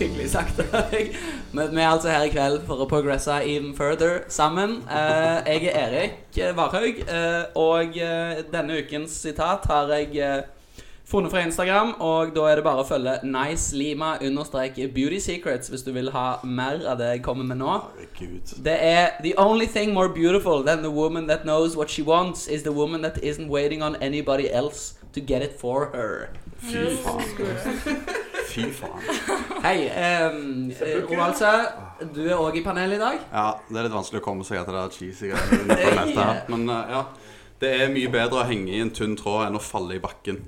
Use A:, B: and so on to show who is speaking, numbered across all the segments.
A: hyggelig sagt av deg. Men vi er altså her i kveld for å progresse even further sammen. Eh, jeg er Erik Varhaug, eh, og eh, denne ukens sitat har jeg eh, funnet fra Instagram, og da er det bare å følge nicelima understrek beauty secrets hvis du vil ha mer av det jeg kommer med nå.
B: Herregud.
A: Det er The only thing more beautiful than the woman that knows what she wants is the woman that isn't waiting on anybody else to get it for her.
B: Fy faen. Fy faen.
A: Hei, um, Ovalse, du er òg i panelet i dag.
B: Ja, det er litt vanskelig å komme seg etter det der cheesy greiene på nettet her, men eh, ja. Det er mye bedre å henge i en tynn tråd enn å falle i bakken.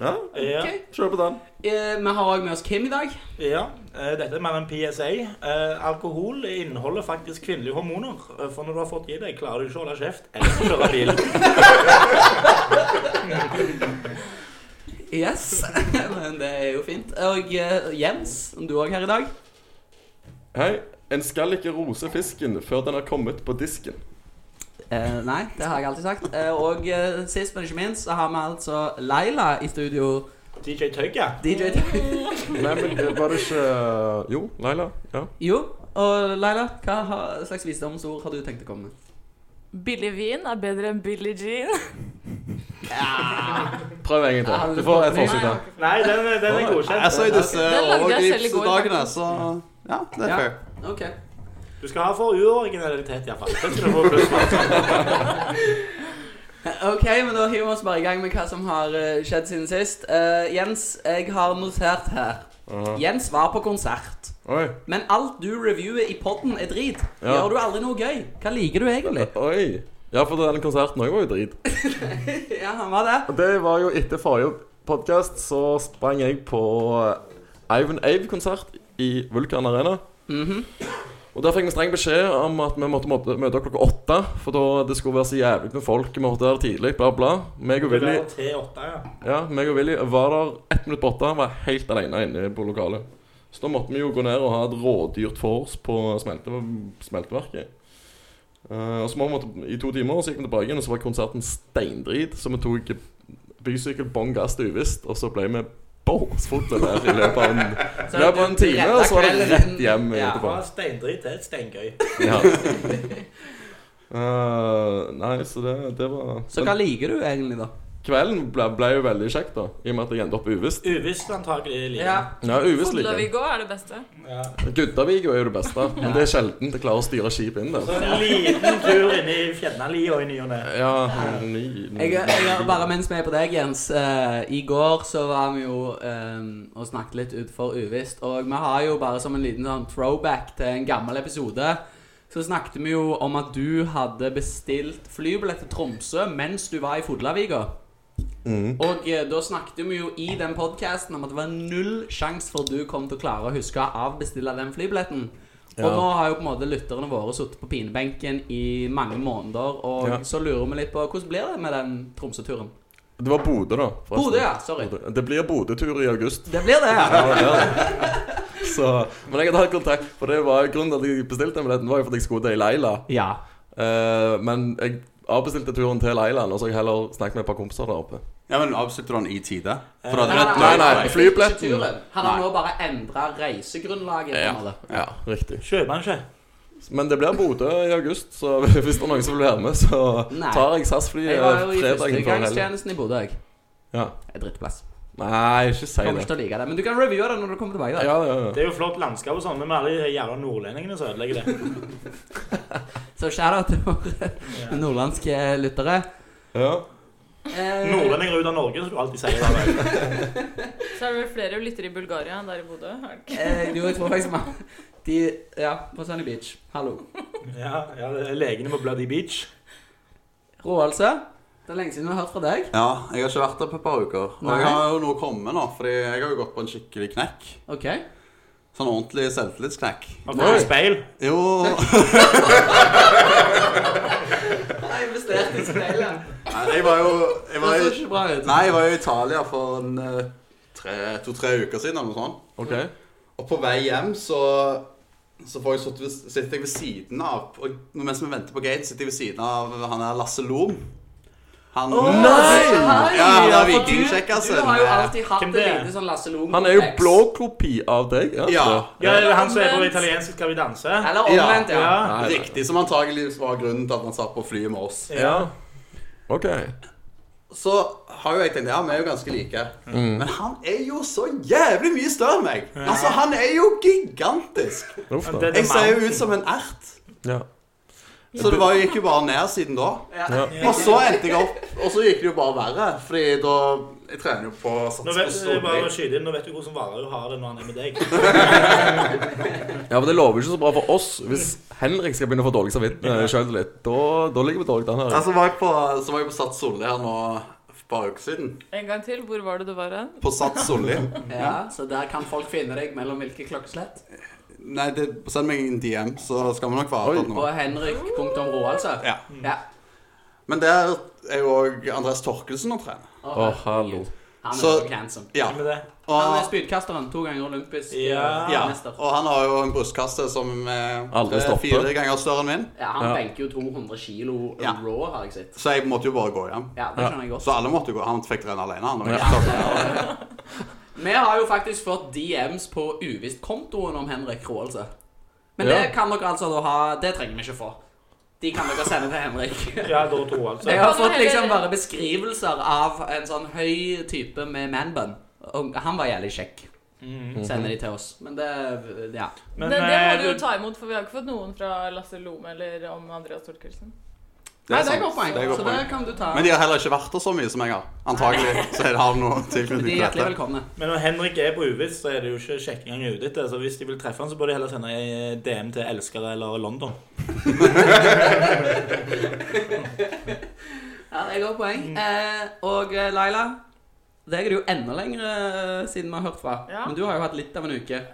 C: Ja,
D: Ja,
A: Ok.
C: kjør på den.
A: Eh, vi har òg med oss Kim i dag.
D: ja. eh, Dette er mer en PSA. Eh, alkohol inneholder faktisk kvinnelige hormoner. eh, For når du har fått i deg, klarer du ikke å holde kjeft eller å kjøre bil.
A: Yes, men det er jo fint. Og eh, Jens, du òg her i dag.
C: Hei. En skal ikke rose fisken før den har kommet på disken.
A: Eh, nei, det har jeg alltid sagt. Eh, og eh, sist, men ikke minst, så har vi altså Laila i studio.
D: DJ Tøgge.
A: DJ
C: Nei, men eh, var det ikke eh, Jo, Laila. Ja.
A: Jo, og Laila, hva har- slags visdomsord har du tenkt å komme med?
E: Billig vin er bedre enn billig jean.
C: Prøv en gang til. Du får et forsøk til.
D: Nei, den, er- den er
B: Altså, i
D: godkjent.
B: disse
E: Den lagde jeg selv i går,
B: overgripsdagene, så Ja, det er
A: Ja.
B: fair.
A: Ok.
D: Du skal ha for uoriginalitet, iallfall. Den skal du få pluss for.
A: Ok, men da hiver vi oss bare i gang med hva som har eh, skjedd siden sist. Eh, Jens, jeg har notert her. Jens var på konsert.
C: Oi.
A: Men alt du reviewer i podden er drit.
C: Ja.
A: Gjør du aldri noe gøy? Hva liker du egentlig?
C: Oi. Ja, for den konserten òg var jo drit.
A: Ja, han var det.
C: Og Det var jo etter forrige podkast, så sprang jeg på eh, Ivan Ave-konsert i Vulkan Arena. Mhm. Og Der fikk vi streng beskjed om at vi måtte møte, møte klokka åtte. For da det skulle være så jævlig med folk. Vi måtte være tidlig, bla, bla. Meg
D: Du
C: og Willy,
D: har T8, ja.
C: ja, meg og Willy var der ett minutt på åtte. Var helt alene inne på lokalet. Så da måtte vi jo gå ned og ha et rådyrt vors på smelte, smelteverket. Eh, og så må vi måtte, I to timer så gikk vi tilbake igjen, og så var konserten steindrit. Så vi tok bysykkel bånn gass til uvisst, og så ble vi båsfote der i løpet av en,
A: Så
C: løpet av
A: du-
C: en
A: du
C: time.
A: redda
C: Og så var det
A: kvelden.
C: rett hjem eh,
A: Ja.
C: etterpå.
D: Fra steindrit til et steingøy.
C: Ja. Eh, nei, så det, det var
A: Så hva
C: Men
A: liker du egentlig, da?
C: Kvelden ble, ble jo veldig kjekt, da, i og med at jeg endte opp uvisst.
D: Uvisst antakelig i livet.
C: Ja, uvisst liker jeg.
E: Fodlavig òg er det beste.
D: Ja.
C: Guddavigo er jo det beste, men det er sjelden det klarer å styre skip inn der.
D: Så en liten tur inn i Fjennalia i ny og ne.
C: Ja, ni, ni.
A: Jeg, jeg har bare mens vi er på deg, Jens. eh, I går så var vi jo eh, og snakket litt utfor uvisst. Og vi har jo bare som en liten sånn throwback til en gammel episode, så snakket vi jo om at du hadde bestilt flybillett til Tromsø mens du var i Fodlaviga.
C: Mm.
A: Og eh, da snakket vi jo i den podcasten om at det var null sjanse for at du kom til å klare å huske å avbestille den flybilletten. Og
C: Ja.
A: nå har jo på en måte lytterne våre sittet på pinebenken i mange måneder, og
C: Ja.
A: så lurer vi litt på hvordan blir det med den Tromsø-turen?
C: Det var Bodø, da. forresten.
A: Bodø, ja. Sorry.
C: Bodø. Det blir Bodø-tur i august.
A: Det blir det, ja.
C: Ja, det gjør det. Så, men jeg hadde hatt kontakt For det var grunnen til at jeg bestilte den billetten, var jo for at jeg skulle til Leila.
A: ja.
C: Eh, men jeg avbestilte turen til Leila, og så har jeg heller snakket med et par kompiser der oppe.
B: Ja, men avslutter du den i tide? For da hadde
A: Han
B: det
A: har-
D: Eh,
C: Nei, nei,
A: han har-
C: flybilletten.
A: ikke turen. Han har
B: Nei.
A: nå bare endret reisegrunnlaget. på en måte.
C: ja, riktig.
D: Kjøper han ikke?
C: Men det blir Bodø i august, så hvis det er noen som vil være med, så
A: Nei.
C: tar jeg
A: Jeg var
C: SAS-flyet
A: jo i
C: fredagen før helgen.
A: førstegangstjenesten i Bodø. jeg.
C: Ja.
A: Det er Drittplass.
C: Nei, ikke si
A: Kommer
C: det.
A: ikke til å like det. Men du kan reviewe det når du kommer tilbake. da.
C: Ja, ja, ja.
D: Det er jo flott landskap og sånn, men med alle de jævla nordlendingene som ødelegger det.
A: Så shout-out til våre nordlandske lyttere.
C: ja.
A: Eh,
D: Nordlendinger ut av Norge, skal du alltid si. det.
E: Så er det vel flere lyttere i Bulgaria enn der i Bodø. er det ikke?
A: eh, jo, jeg tror faktisk man De Ja, på Sunny Beach. Hallo.
D: Ja, ja, det er legene på Bloody Beach.
A: Roaldse, altså. det er lenge siden vi har hørt fra deg.
B: Ja, jeg har ikke vært der på et par uker. Og
A: Nei.
B: jeg har jo noe å komme med nå, Fordi jeg har jo gått på en skikkelig knekk.
A: OK.
B: Sånn ordentlig selvtillitsknekk.
D: Har du fått et speil?
B: Jo
A: Jeg investerte i speilet.
B: Nei, Jeg var jo, jeg
A: Det
B: var
A: så
B: jo
A: ikke bra ut.
B: Nei, jeg var jo i Italia for en eh, tre- to-tre uker siden eller noe sånt.
C: OK.
B: Og på vei hjem så, så får jeg sitte ved, sitter jeg ved siden av og Mens vi venter på gate, sitter jeg ved siden av han der Lasse Lom. Han
A: Nei!
B: Ja, han er
A: for du-
B: vikingkjekkasen.
A: Du har jo alltid hatt
D: Hvem
A: et
D: det er?
A: lite sånn Lasse Lohm.
C: Han er jo blåkopi av deg.
B: Ja.
D: Ja, det er han som er på italiensk 'Skal vi danse'?
A: Eller omvendt, ja.
D: Ja.
C: Nei, nei.
B: eh, Riktig, som antageligvis var grunnen til at han satt på flyet med oss.
C: Ja. OK.
B: Så har jo jeg tenkt, ja, vi er jo ganske like. Men han er jo så jævlig mye større enn meg. Altså, han er jo gigantisk.
C: Uff da.
D: Det-
B: Jeg ser jo ut som en ert.
C: Ja.
B: Så det var, gikk jo bare ned siden da.
C: Ja.
B: Og så endte jeg opp, og så gikk det jo bare verre. Fordi da Jeg trener jo på sats
D: Nå
B: på
D: vet, jeg bare å
B: storbygg.
D: skyte inn, nå vet du hvordan varer hun har det når han er med deg.
C: ja, men det lover ikke så bra for oss hvis Henrik skal begynne å få dårlig samvittighet sjøl litt. Da, da ligger vi dårlig an her.
B: Altså, var jeg på, så var jeg på Sats Solli her nå for et par uker siden.
E: En gang til. Hvor var det du var hen?
B: På Sats Solli.
A: ja, så der kan folk finne deg mellom hvilke klokkeslett.
B: Nei, det, send meg en DM, så skal vi nok være
C: Oi.
B: avtalt
A: På
B: nå.
A: henrik.ro, altså.
B: Ja.
A: Ja.
B: Men der er jo òg Andreas Torkelsen å trene.
C: Å, hallo.
A: Han er
B: Så-
A: jo handsome.
B: Ja.
D: Med det.
A: Han er
B: Og,
A: spydkasteren. To ganger olympisk eh,
D: Ja.
B: ja.
A: mester.
B: og han har jo en brystkasse som er
C: Aldri
B: er
C: stopper.
B: fire ganger større enn min,
A: Ja, han
C: Ja.
A: benker jo 200 kilo
B: Ja.
A: raw, har jeg sett.
B: så jeg måtte jo bare gå hjem.
A: Ja, det skjønner jeg godt.
B: Så alle måtte gå. Han fikk trene alene. Han, og
C: Ja.
A: Vi har jo faktisk fått DMs på uvisst-kontoen om Henrik Roaldse. Men
C: Ja.
A: det kan dere altså da ha Det trenger vi ikke få. De kan dere sende til Henrik.
D: Ja, da to, altså.
A: Jeg har fått liksom bare beskrivelser av en sånn høy type med manbun. Og han var jævlig kjekk.
B: Mhm.
A: Sender de til oss. Men det Ja.
D: Men,
E: det, det må
D: eh,
E: du jo
D: du-
E: ta imot, for vi har ikke fått noen fra Lasse Lom eller om Andreas Thorkildsen.
A: Nei, det
B: sant.
A: er godt poeng.
B: Det er godt
A: Så
B: poeng.
A: det kan du ta.
B: Men de har heller ikke vært der så mye som jeg har. Antagelig så er det har noe
A: De er
B: tilknytning til
A: hjertelig
B: dette.
A: velkomne.
D: Men når Henrik er på uvisst, så er det jo ikke sjekking han er ute etter. Så hvis de vil treffe han, så bør de heller sende en DM til Elskere eller London.
A: Ja, det er godt poeng. Eh, og eh, Laila, deg er det jo enda lenger eh, siden vi har hørt fra.
E: Ja.
A: Men du har jo hatt litt av en uke.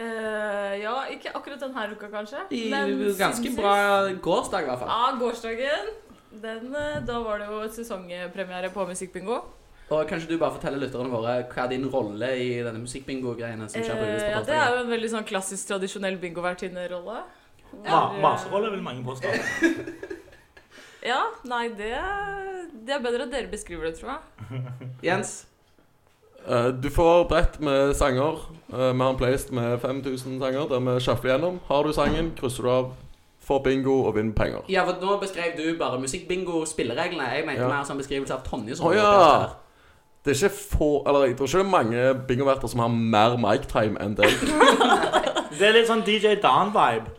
E: Eh, ja, ikke akkurat denne uka, kanskje.
A: I
E: men
A: ganske
E: siden
A: bra gårsdag, i hvert fall.
E: Ja, gårsdagen. Den, eh, da var det jo sesongpremiere på Musikkbingo.
A: Og kanskje du bare forteller lytterne våre hva din rolle i denne musikkbingo-greiene som skjer på
E: Eh, ja,
A: Uvis
E: det er jo en veldig sånn klassisk, tradisjonell bingovertinnerolle.
D: Ma
E: Hvor, eh,
D: Maserolle vil mange påstå.
E: Ja, nei, det, det er bedre at dere beskriver det, tror jeg.
A: Jens,
C: Eh, Du får brett med sanger. Eh, Vi har en playlist med 5000 sanger der vi shuffler gjennom. Har du sangen, krysser du av, får bingo og vinner penger.
A: ja, for nå beskrev du bare musikkbingo-spillereglene. Jeg mente
C: Ja.
A: mer som beskrivelse av Tonjes
C: Å
A: rolle.
C: ja! Det er ikke få Eller jeg tror ikke det er mange bingoverter som har mer mic-time enn deg.
D: Det er litt sånn DJ Dan-vibe.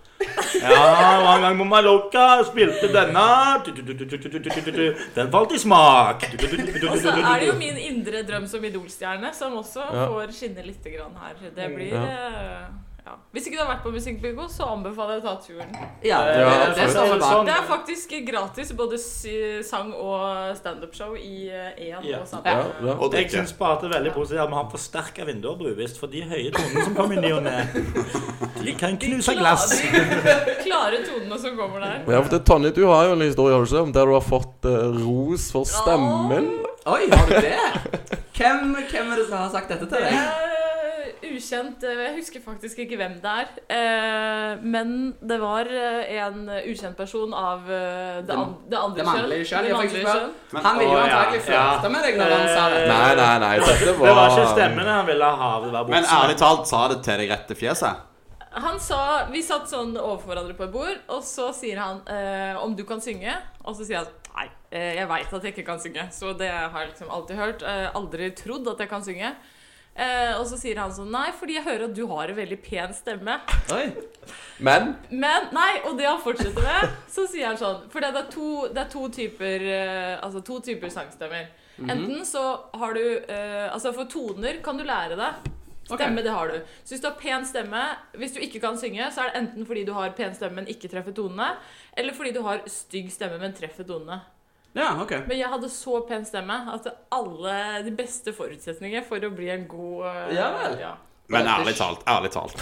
D: Ja, det var en gang på Mallorca spilte denne. Du, du, du, du, du, du, du, du, du. Den falt i smak. Du, du, du, du, du,
E: Og
D: du,
E: så
D: du,
E: er det jo
D: du.
E: min indre drøm som idolstjerne, som også
C: Ja.
E: får skinne litt grann her. Det blir
C: Ja.
E: eh, ja. Hvis ikke du har vært på Musikkbingo, så anbefaler jeg å ta turen.
A: Ja, det,
C: Ja,
A: det, det
C: for-
A: står vi bak.
E: Det er faktisk gratis, både sy- sang- og standup-show i eh, én
D: Ja.
E: og samme.
C: Ja, ja.
B: Og
D: Jeg
B: drikke.
D: syns bare at det er veldig positivt at vi har forsterka vinduer på uvisst, for de høye tonene som kommer inn i og ned, de kan knuse glass.
E: Klare, klare tonene som kommer der.
C: Ja, for det, Tonje, du har jo en historie har du ikke, om der du har fått eh, ros for stemmen.
A: Oi, har du det? Hvem, hvem er det som har sagt dette til
E: Det
A: deg?
E: er ukjent. eh, Jeg husker faktisk ikke hvem det er. eh, Men det var eh, en ukjent person av eh, det,
A: Det-
E: an det andre
A: det mannlige kjønn, jeg faktisk
E: mannlige
A: spør.
E: kjønn.
B: Men-
A: Han ville jo
D: Å, ja,
A: antagelig flørte
D: ja.
A: med deg når han sa
D: Eh,
A: dette.
C: Nei, nei, nei. Dette var
D: Det var ikke stemmene han ville ha. Det var
B: Men
D: buksene.
B: ærlig talt, sa det til deg rett i fjeset?
E: Han sa, Vi satt sånn overfor hverandre på et bord, og så sier han eh, om du kan synge. Og så sier han nei, eh, jeg veit at jeg ikke kan synge. Så det har jeg liksom alltid hørt. Eh, aldri trodd at jeg kan synge. Eh, og så sier han sånn nei, fordi jeg hører at du har en veldig pen stemme.
A: Oi.
C: Men
E: Men nei, og det han fortsetter med, så sier han sånn For det er to, det er to typer eh, Altså to typer sangstemmer. Enten så har du eh, Altså for toner kan du lære deg. Stemme, det har du. Så hvis du har pen stemme Hvis du ikke kan synge, så er det enten fordi du har pen stemme, men ikke treffer tonene, eller fordi du har stygg stemme, men treffer tonene.
A: Ja, ok.
E: Men jeg hadde så pen stemme at alle de beste forutsetninger for å bli en god eh,
A: Ja vel.
E: ja.
B: Men ærlig talt, ærlig talt.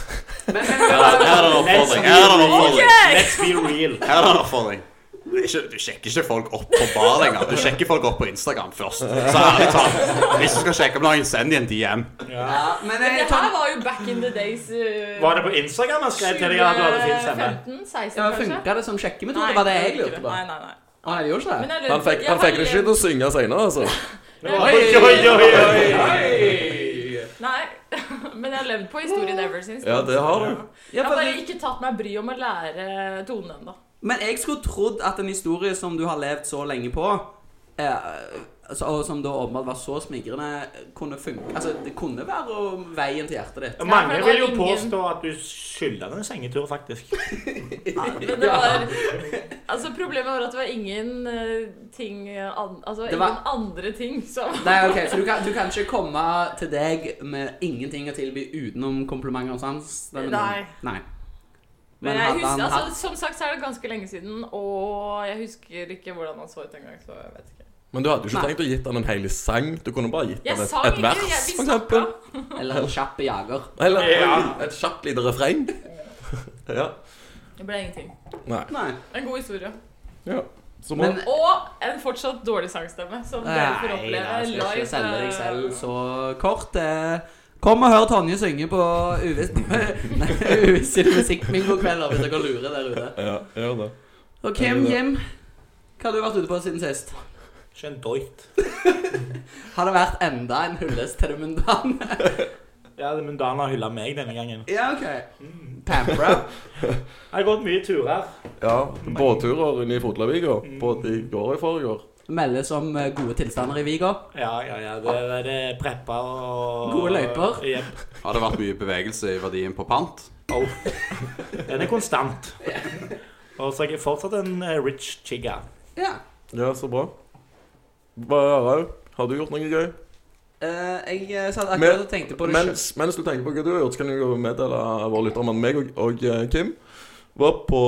A: Men,
B: Her er- her er det en oppfordring. Her er det en oppfordring.
D: Let's be real.
B: Her er det en oppfordring. Du, er ikke, du sjekker ikke folk opp på bar lenger. Du sjekker folk opp på Instagram først. Så ærlig talt, hvis du skal sjekke om noen, send dem en DM.
A: ja, men
E: Det
A: jeg
E: her
A: tar
E: var jo back in the days eh,
D: Var det på Instagram jeg skrev til deg at du hadde fin stemme?
E: 2015-16,
A: ja,
E: kanskje?
A: Funka det som sjekkemetode? Det var det jeg lurte på.
E: Nei, nei, nei.
A: Å, nei, det gjorde ikke
E: Men
A: det?
E: jeg lurer-
C: Han fikk,
E: jeg
C: han
E: har
C: fikk det ikke til
E: levd-
C: å synge senere, altså.
D: Oi, oi, oi, oi.
E: Nei, men jeg har levd på historien ever since.
C: Ja, det har du.
A: Ja,
E: Jeg har bare
A: fordi-
E: ikke tatt meg bryet om å lære tonen ennå.
A: Men jeg skulle trodd at en historie som du har levd så lenge på, eh, altså, og som da åpenbart var så smigrende, kunne funke Altså, det kunne være å- veien til hjertet ditt.
D: Mange
E: det var
D: vil jo
E: ingen-
D: påstå at du skylder den en sengetur, faktisk.
E: Men det var Altså, problemet var at det var ingen eh, ting eh, an, Altså,
A: Det var-
E: ingen andre ting som
A: Nei, ok, Så du kan, du kan ikke komme til deg med ingenting å tilby utenom komplimenter og sans? Det er vel-
E: Nei.
A: Nei.
E: Men jeg
A: hadde
E: husker,
A: han
E: altså,
A: hatt-
E: Som sagt så er det ganske lenge siden, og jeg husker ikke hvordan han så ut engang. Så jeg vet ikke.
C: Men du hadde jo ikke
A: Nei.
C: tenkt å gitt han en hel sang. Du kunne bare gitt
E: Jeg
C: han et,
E: sang
C: et
E: ikke,
C: vers,
E: jeg- vi
C: for eksempel.
E: snakket.
A: Eller en kjapp jager.
C: Eller
D: Ja.
C: et kjapt lite refreng. ja.
E: Det ble ingenting.
C: Nei.
A: Nei.
E: En god historie.
C: Ja. Så bra.
A: Men
E: Og en fortsatt dårlig sangstemme, som dere får
A: Nei,
E: oppleve
A: da skal
E: live.
A: ikke selge deg selv
E: eh,
A: så kort. eh. Kom og hør Tonje synge på uvis- nei, uvisste musikkbingokvelder hvis dere lurer der ute.
C: ja, gjør det.
A: Og Kim, Jim, hva har du vært ute på siden sist?
D: Ikke en døyt.
A: Har det vært enda en hyllest til det mundane?
D: Ja, men Dana hylla meg denne gangen.
A: Ja, ok. Pampra.
D: Jeg har gått mye turer.
C: Ja, Båtturer inne i Fotlavika. Både i går og i forgår.
A: Meldes om eh, gode tilstander i Viga.
D: Ja, ja, ja. Det er det preppa og
A: Gode løyper.
D: Jep.
B: Har det vært mye bevegelse i verdien på pant?
D: Den er konstant. Og så er jeg fortsatt en eh, rich chigga.
A: Ja.
C: Ja, så bra. Hva har du? Har du gjort noe gøy?
A: Eh, jeg eh, satt
C: Men-
A: akkurat og tenkte på det selv.
C: Mens, mens du tenker på hva du har gjort, så kan jeg jo meddele våre lyttere om at meg og, og eh, Kim var på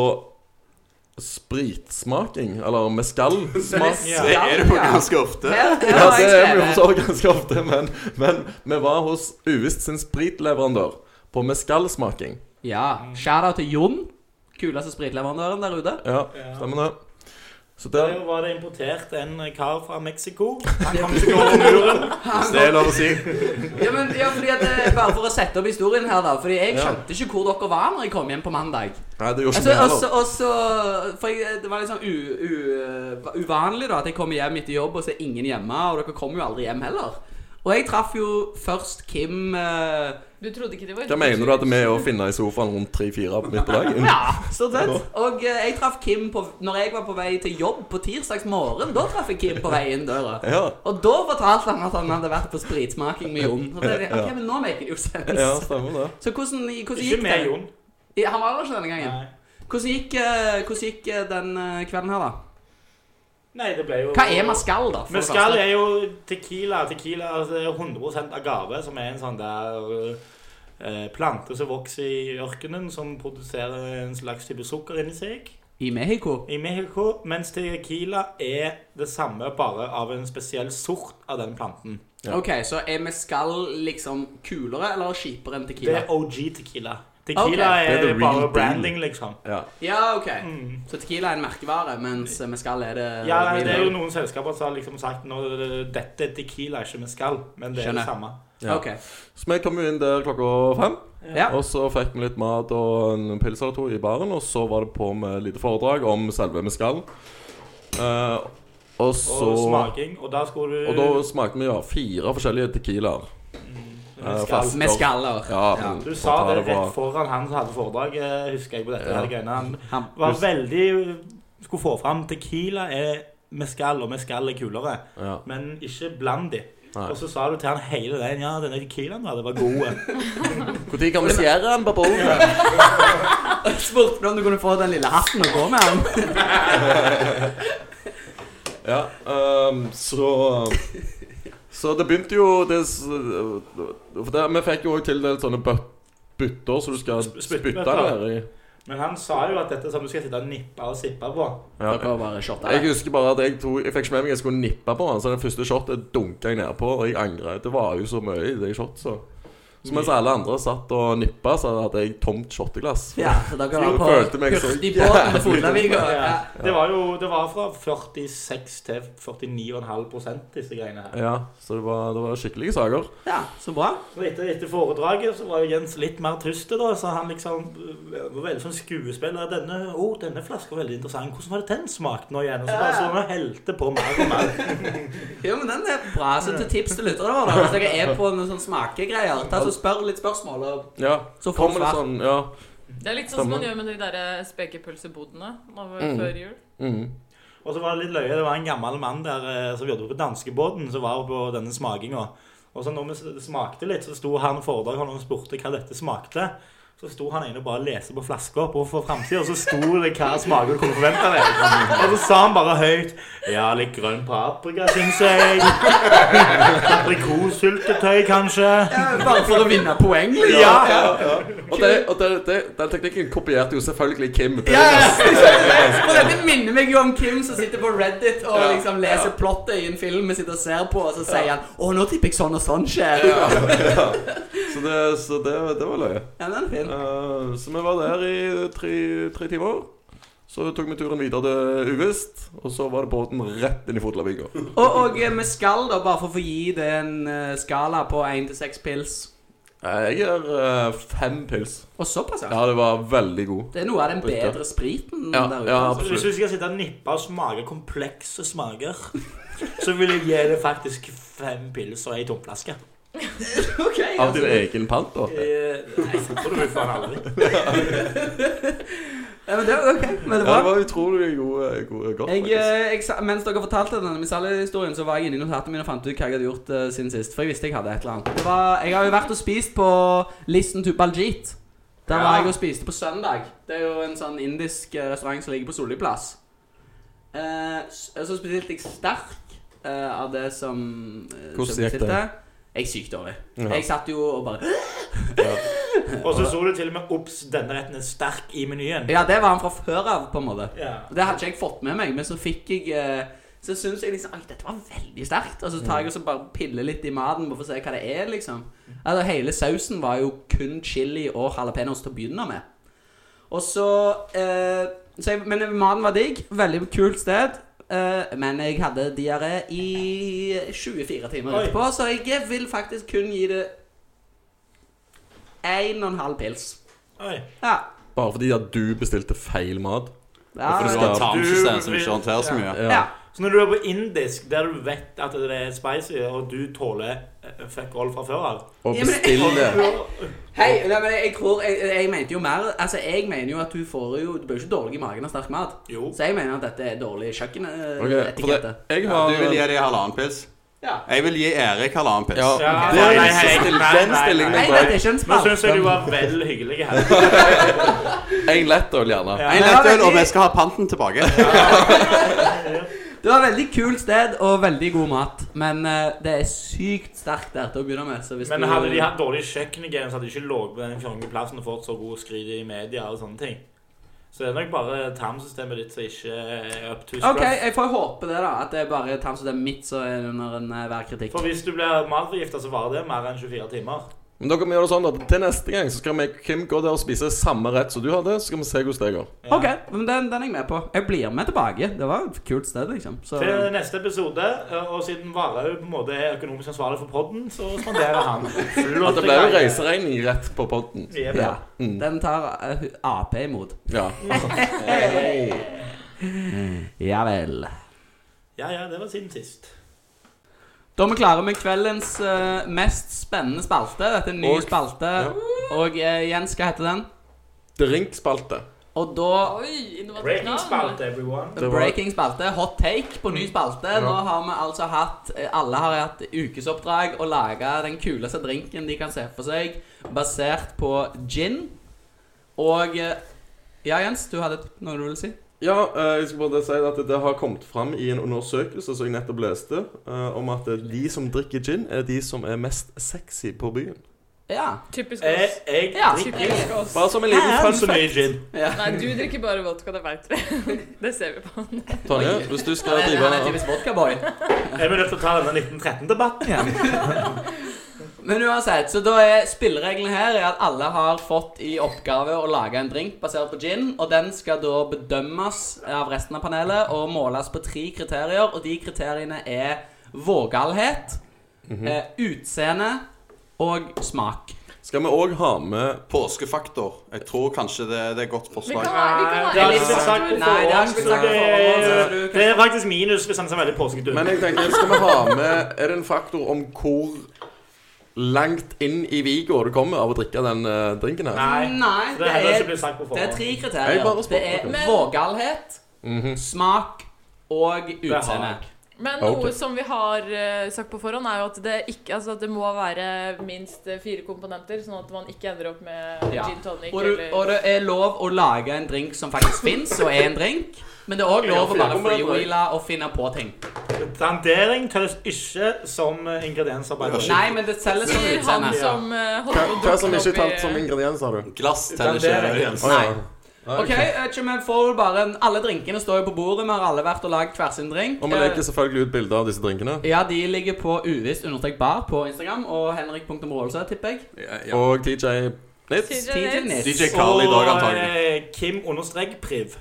C: spritsmaking. Eller mescal-smak.
D: Ja.
B: Det er det jo ganske ofte.
A: Her, her
C: Ja,
A: har
C: det
A: jeg
C: er vi jo
A: skrevet.
C: så ganske ofte, men, men vi var hos Uvisst sin spritleverandør på mescal-smaking.
A: Ja. Shout-out til Jon. Kuleste spritleverandøren der ute.
C: Ja, stemmer det. Så der
D: Der var det importert en kar fra Mexico. Han kom seg over muren.
B: Det er lov å si.
A: Ja, men, ja, fordi at, eh, Bare for å sette opp historien her, da. Fordi jeg skjønte ikke hvor dere var når jeg kom hjem på mandag.
C: Nei, det gjorde ikke
A: Altså,
C: vi
A: også,
C: heller.
A: også, for jeg, Det var litt sånn u, u, uh, uvanlig da at jeg kom hjem etter jobb, og så er ingen hjemme. Og dere kom jo aldri hjem heller. Og jeg traff jo først Kim eh,
E: Du trodde ikke det var
C: Hva mener du at vi er å finne i sofaen rundt tre-fire midt på dagen?
A: Ja, stort sett. Og eh, jeg traff Kim på, når jeg var på vei til jobb på tirsdags morgen. Da traff jeg Kim på vei inn døra.
C: Ja.
A: Og da fortalte han at han hadde vært på spritsmaking med Jon. Og da er det, ok, men nå maker det jo sense.
C: ja, stemmer det.
A: Så hvordan, hvordan
D: Ikke
A: gikk det?
D: med Jon.
A: Ja, Han var der ikke denne gangen.
D: Nei.
A: Hvordan gikk, eh, hvordan gikk eh, den eh, kvelden her, da?
D: Nei, det ble jo
A: Hva er mascal, da? for det
D: Mescal
A: første?
D: er jo tequila. Tequila er 100 agave, som er en sånn der eh, plante som vokser i ørkenen, som produserer en slags type sukker inni seg
A: I Mexico?
D: i Mexico. Mens tequila er det samme, bare av en spesiell sort av den planten.
C: Ja.
A: Ok, så er mescal liksom kulere eller kjipere enn
D: Det er
A: tequila?
D: OG tequila. Tequila
A: Ok.
C: Det er
D: er,
C: the real
D: bare
C: deal.
D: branding, liksom.
C: Ja.
A: Ja, ok. Så tequila er en merkevare, mens mescal er det
D: Mm. Ja, nei, det er jo noen selskaper som har liksom sagt nå, dette er tequila, ikke mescal, men det er
A: Skjønner.
D: det samme.
C: Ja.
A: Ok.
C: Så vi kom jo inn der klokka fem,
A: Ja.
C: og så fikk vi litt mat og en pils eller to i baren, og så var det på med et lite foredrag om selve mescalen. Eh, og
D: Og
C: så
D: smaking, og da skulle du
C: Og da smakte vi ja, fire forskjellige tequilaer. Eh,
D: Mezcal.
C: fast-
A: Mescaler.
C: Ja,
A: Ja.
C: men
D: Du
C: for
D: sa
C: å ta
D: det
C: fra-
D: rett foran han som hadde foredrag, eh, husker jeg på dette. her greiene. Han
A: Han-
D: var veldig Skulle få fram tequila er mescal, og mescal er kulere,
C: Ja.
D: men ikke bland de.
C: Nei.
D: Og så sa du til han hele veien ja, denne tequilaen var, det var god.
C: Når kan vi skjære den på bordet?
A: Spurte du om du kunne få den lille hatten å gå med han?
C: Ja, ehm, så Så det begynte jo det, s- For det, vi fikk jo også tildelt sånne bøt, bytter som du skal spytte
D: spyttbøtter.
C: ned i.
D: Men han sa jo at dette er som du skal sitte og nippe og sippe på.
C: Ja.
A: Dere bare shotta
C: Jeg husker bare at jeg, tok, jeg fikk ikke med meg jeg skulle nippe på den, så den første shotet dunka jeg nedpå, og jeg angrer. Det var jo så mye i det shot, så Så mens alle andre satt og nippa, så hadde jeg tomt shotteglass.
A: Ja, så da går
C: Jeg
A: han på
C: følte meg sånn. så
A: hurtigbåten til
C: jævlig
A: Fuglaviga. Ja.
D: Ja. Det var jo det var fra 46 til 49,5 disse greiene her.
C: Ja, så det var, det var skikkelige saker.
A: ja, så bra.
D: Så etter, etter foredraget så var jo Jens litt mer tyst, da, så han liksom øh, var veldig sånn skuespiller. 'Denne, oh, denne flaska var veldig interessant. Hvordan var det den smakte nå igjen?' Og så bare så han og helte på mer og mer.
A: Jo, men den er bra. Så til tips til lyttere våre, da, hvis dere er på noen sånne smakegreier, ta så spør litt spørsmål. Og...
C: Ja.
A: Så
C: kommer
A: folk
C: det
A: var-
C: sånn, ja.
E: Det er litt sånn som
C: Stemmer.
E: man gjør med de der spekepølsebodene nå før jul.
C: Mm.
D: Og så var det litt løye. Det var en gammel mann der eh, som jobbet på danskebåten, som var på denne smakinga. Og så når vi s- smakte litt, så sto han foredragsholderen og spurte hva dette smakte. Så sto han inne og bare leste på flaska på for framtida, og så sto det hva smaker du kunne forvente av deg. Og så sa han bare høyt Ja, litt grønn paprika, syns jeg. Aprikossyltetøy, kanskje.
A: Bare for å vinne poeng. liksom.
D: Ja,
C: Og, det, og det, det, den teknikken kopierte jo selvfølgelig Kim.
A: Ja, ja, ja. Og dette minner meg jo om Kim som sitter på Reddit og liksom leser plottet i en film vi sitter og ser på, og så sier han 'Å, nå tipper jeg sånn og sånn skjer'. Ja,
C: Så, det, så det, det var løye.
A: den er fin.
C: Eh, så vi var der i tre, tre timer. Så tok vi turen videre til Uvisst, og så var det båten rett inn i Fotlavika.
A: Og, og eh, vi skal da, bare for å få gi det en eh, skala på 1-6 pils
C: Jeg gir eh, fem pils.
A: Og såpass, ja.
C: Ja, det var veldig god.
A: Det er noe av den
C: Brukte.
A: bedre spriten
C: Ja,
A: der ute.
C: ja,
A: altså.
D: Hvis du skal sitte og nippe og smake komplekse smaker, så vil jeg gi det faktisk fem pils og ei tomflaske.
A: Ok,
C: Av
A: altså.
C: din egen pant, da.
D: Eh, Nei, så tror du faen aldri.
A: Ja, men det, var- ok, men det
C: Ja, det
A: var
C: var utrolig god, god, godt,
A: jeg,
C: faktisk.
A: eh, jeg, sa- mens dere fortalte denne misalhistorien, så var jeg inne i notatene mine og fant ut hva jeg hadde gjort eh, siden sist. For jeg visste jeg hadde et eller annet. Det var, jeg har jo vært og spist på Listen to Baljeet. Der var jeg og spiste på søndag. Det er jo en sånn indisk eh, restaurant som ligger på Solli plass. Eh, s- så spesielt jeg sterk eh, av det som eh,
C: Hvordan
A: som
C: gikk det?
A: bestilte. Jeg er sykt dårlig.
C: Ja.
A: Jeg satt jo og bare
D: Og så så du til og med Ops, denne retten er sterk i menyen.
A: Ja, det var han fra før av, på en måte.
D: Ja.
A: Og Det hadde ikke jeg fått med meg, men så fikk jeg eh, Så syns jeg liksom Oi, dette var veldig sterkt. Og så tar jeg og så bare piller litt i maten bare for å se hva det er, liksom. Altså, hele sausen var jo kun chili og jalapeños til å begynne med. Og så, eh, så jeg, Men maten var digg. Veldig kult sted. Eh, men jeg hadde diaré i 24 timer
D: Oi.
A: etterpå, så jeg vil faktisk kun gi det en og en halv pils.
D: Oi.
A: Ja.
C: Bare fordi at du bestilte feil mat.
A: ja.
B: For det
C: Ja.
B: var tarmsystem som ikke håndterer så mye.
A: ja.
D: Så når du er på indisk, der du vet at det er spicy, og du tåler eh, fuck all fra før av
C: Og
A: Ja, men-
C: bestille
A: Hei, nei, men jeg, jeg tror jeg, jeg mente jo mer Altså, jeg mener jo at du får jo Du blir jo ikke dårlig i magen av sterk mat.
D: Jo.
A: Så jeg mener at dette er dårlig eh,
C: Ok, for
A: kjøkkenetikette.
C: det, jeg
B: Ja,
C: har
B: Du vil gi dem halvannen pils?
A: Ja.
B: Jeg vil gi Erik halvannen pils.
C: Ja,
D: Ja,
C: det
D: nei,
C: er den
D: hei,
C: still-
D: nei,
C: den
D: nei,
C: stillingen
A: Nei,
C: jeg
A: dette er
C: tar.
A: ikke en
D: Nå
A: spalt.
D: syns jeg du var vel hyggelig her.
C: En lettøl, gjerne.
D: Ja.
B: En lettøl, og vi skal ha panten tilbake.
A: Det var et veldig kult sted og veldig god mat, men eh, det er sykt sterkt der til å begynne med. Så hvis
D: Men
A: du,
D: hadde de hatt dårlig kjøkkenhygiene, så hadde de ikke ligget på den fjonge plassen og fått så god skryt i media og sånne ting. Så det er nok bare tarmsystemet ditt som ikke er up to scruff.
A: OK, jeg får håpe det, da. At det er bare tarmsystemet mitt som er under enhver kritikk.
D: For hvis du blir matforgifta, så varer det mer enn 24 timer.
C: Men dere må gjøre det sånn at til neste gang så skal vi Kim gå der og spise samme rett som du hadde. Så skal vi se hvordan det går.
D: Ja.
A: OK, men den, den er jeg med på. Jeg blir med tilbake. Det var et kult sted, liksom. Så
D: Til neste episode, eh, og siden Varhaug på en måte er økonomisk ansvarlig for podden, så spanderer han.
C: At det blir jo reiseregning rett på potten.
D: Ja,
A: ja.
D: bra.
A: Den tar eh, Ap imot.
C: Ja.
A: Ja vel.
D: ja, ja, det var siden sist.
A: Da er vi klare med kveldens eh, mest spennende spalte. Dette er en ny
C: Og-
A: spalte.
C: ja.
A: Og eh, Jens, hva heter den?
C: Drinkspalte.
A: Og da
E: Oi, innovativt
D: Breaking
E: navn.
D: spalt, everyone.
C: Det var-
A: Breaking spalte. Hot take på ny spalte. Nå har vi altså hatt eh, Alle har hatt ukesoppdrag å lage den kuleste drinken de kan se for seg, basert på gin. Og eh, Ja, Jens, du hadde noe du ville si?
C: Ja, eh, jeg skal bare si at det har kommet fram i en undersøkelse som jeg nettopp leste, eh, om at de som drikker gin, er de som er mest sexy på byen.
A: Ja.
E: Typisk
D: Jeg,
E: oss.
D: Eh, jeg
A: Ja.
D: drikker
E: Typisk oss.
C: Bare som en liten
D: ikke så
C: fun
D: mye
C: fact.
D: gin.
E: Nei, du drikker bare vodka, det vet vi. Det ser vi på.
C: Tonje, hvis du skal
A: Han er
C: drive
A: typisk vodkaboy.
D: Jeg blir nødt til å ta denne 1913-debatten igjen.
A: Men uansett, så da er spillereglene her er at alle har fått i oppgave å lage en drink basert på gin, og den skal da bedømmes av resten av panelet og måles på tre kriterier, og de kriteriene er vågalhet,
C: Mhm.
A: eh, utseende og smak.
C: Skal vi òg ha med
B: Påskefaktor. Jeg tror kanskje det, det er et godt
E: Vi kan
B: forslag.
E: ha, vi kan ha
D: Det har
E: en
D: ikke blitt sagt på
E: faktor.
A: Nei, det har
D: forhånd,
A: ikke blitt
D: så
A: sagt på forhånd, så
D: det,
A: du-
D: det er faktisk minus hvis han ser veldig påskete ut.
C: Men jeg tenker, skal vi ha med Er det en faktor om hvor langt inn i Vigo du kommer av å drikke den eh, drinken her?
D: Nei.
A: Nei,
D: Det
A: det
D: har ikke
A: er,
D: blitt sagt på
A: det er
D: forhånd.
A: tre
C: Jeg
A: kriterier.
C: bare spør-
A: Det er
C: ok.
A: vågalhet,
C: Mhm.
A: smak og utseende.
D: jeg.
E: Men
C: Ja,
E: noe
C: ok.
E: som vi har eh, sagt på forhånd, er jo at det, ikke, altså, at det må være minst eh, fire komponenter, sånn at man ikke ender opp med
A: Ja.
E: gin tonic.
A: Og, du,
E: eller-
A: og det er lov å lage en drink som faktisk fins, og er en drink. Men det er òg lov å bare freewheele og finne på ting.
D: Dandering telles ikke som eh, ingredienser. by the way.
A: Nei, men det selges som
E: Sier han
A: utseende.
E: som eh,
C: Hva,
E: holder på å
C: hva som
E: drukne
C: ikke er
E: opp i-
C: talt som ingrediens, har du?
B: Glass teller
D: Dandering.
B: ikke. Jens.
C: Å, ja.
A: Nei.
C: Ja,
A: OK, eh, ikke, men får vel bare en, alle drinkene står jo på bordet. Vi har alle vært og lagd hver sin drink.
C: Og vi
A: Eh,
C: legger selvfølgelig ut bilder av disse drinkene.
A: Ja, de ligger på uvisst understrek bar på Instagram og henrik.rolse, tipper jeg.
B: Ja, ja.
C: Og TJ Nitz.
E: Sier det
A: Tidlig
E: litt.
B: DJ Carl i dag,
D: Og
B: antagelig.
D: eh, Kim understrek priv.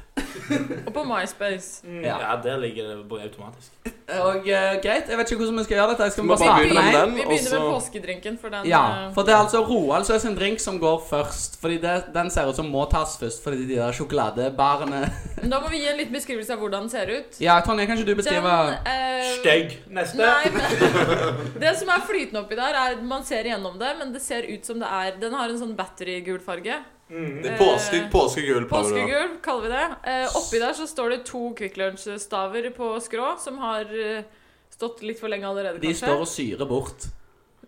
E: Og på MySpace.
D: Ja. der ligger det bare automatisk.
A: Og eh, greit, jeg vet ikke hvordan vi skal gjøre dette. Skal vi
C: Må
A: bare
C: bare
A: starte
C: begynne
A: med
C: med
A: en?
C: den,
E: Vi
C: og
E: begynner
C: så
E: med påskedrinken, for den
A: Ja,
E: eh,
A: for det er altså Roald som er sin drink som går først. Fordi det, den ser ut som må tas først, fordi de der sjokoladebarene
E: Da må vi gi en liten beskrivelse av hvordan den ser ut.
A: Ja, Tonje, kan ikke du beskrive
E: eh,
D: Stygg. Neste.
E: Nei, men Det som er flytende oppi der, er man ser igjennom det, men det ser ut som det er Den har en sånn batterygul farge.
B: Det er påske, påskegul. prøver du da.
E: Påskegul kaller vi det. Eh, oppi der så står det to Kvikk Lunsj-staver på skrå, som har eh, stått litt for lenge allerede,
A: De
E: kanskje.
A: står og syrer bort.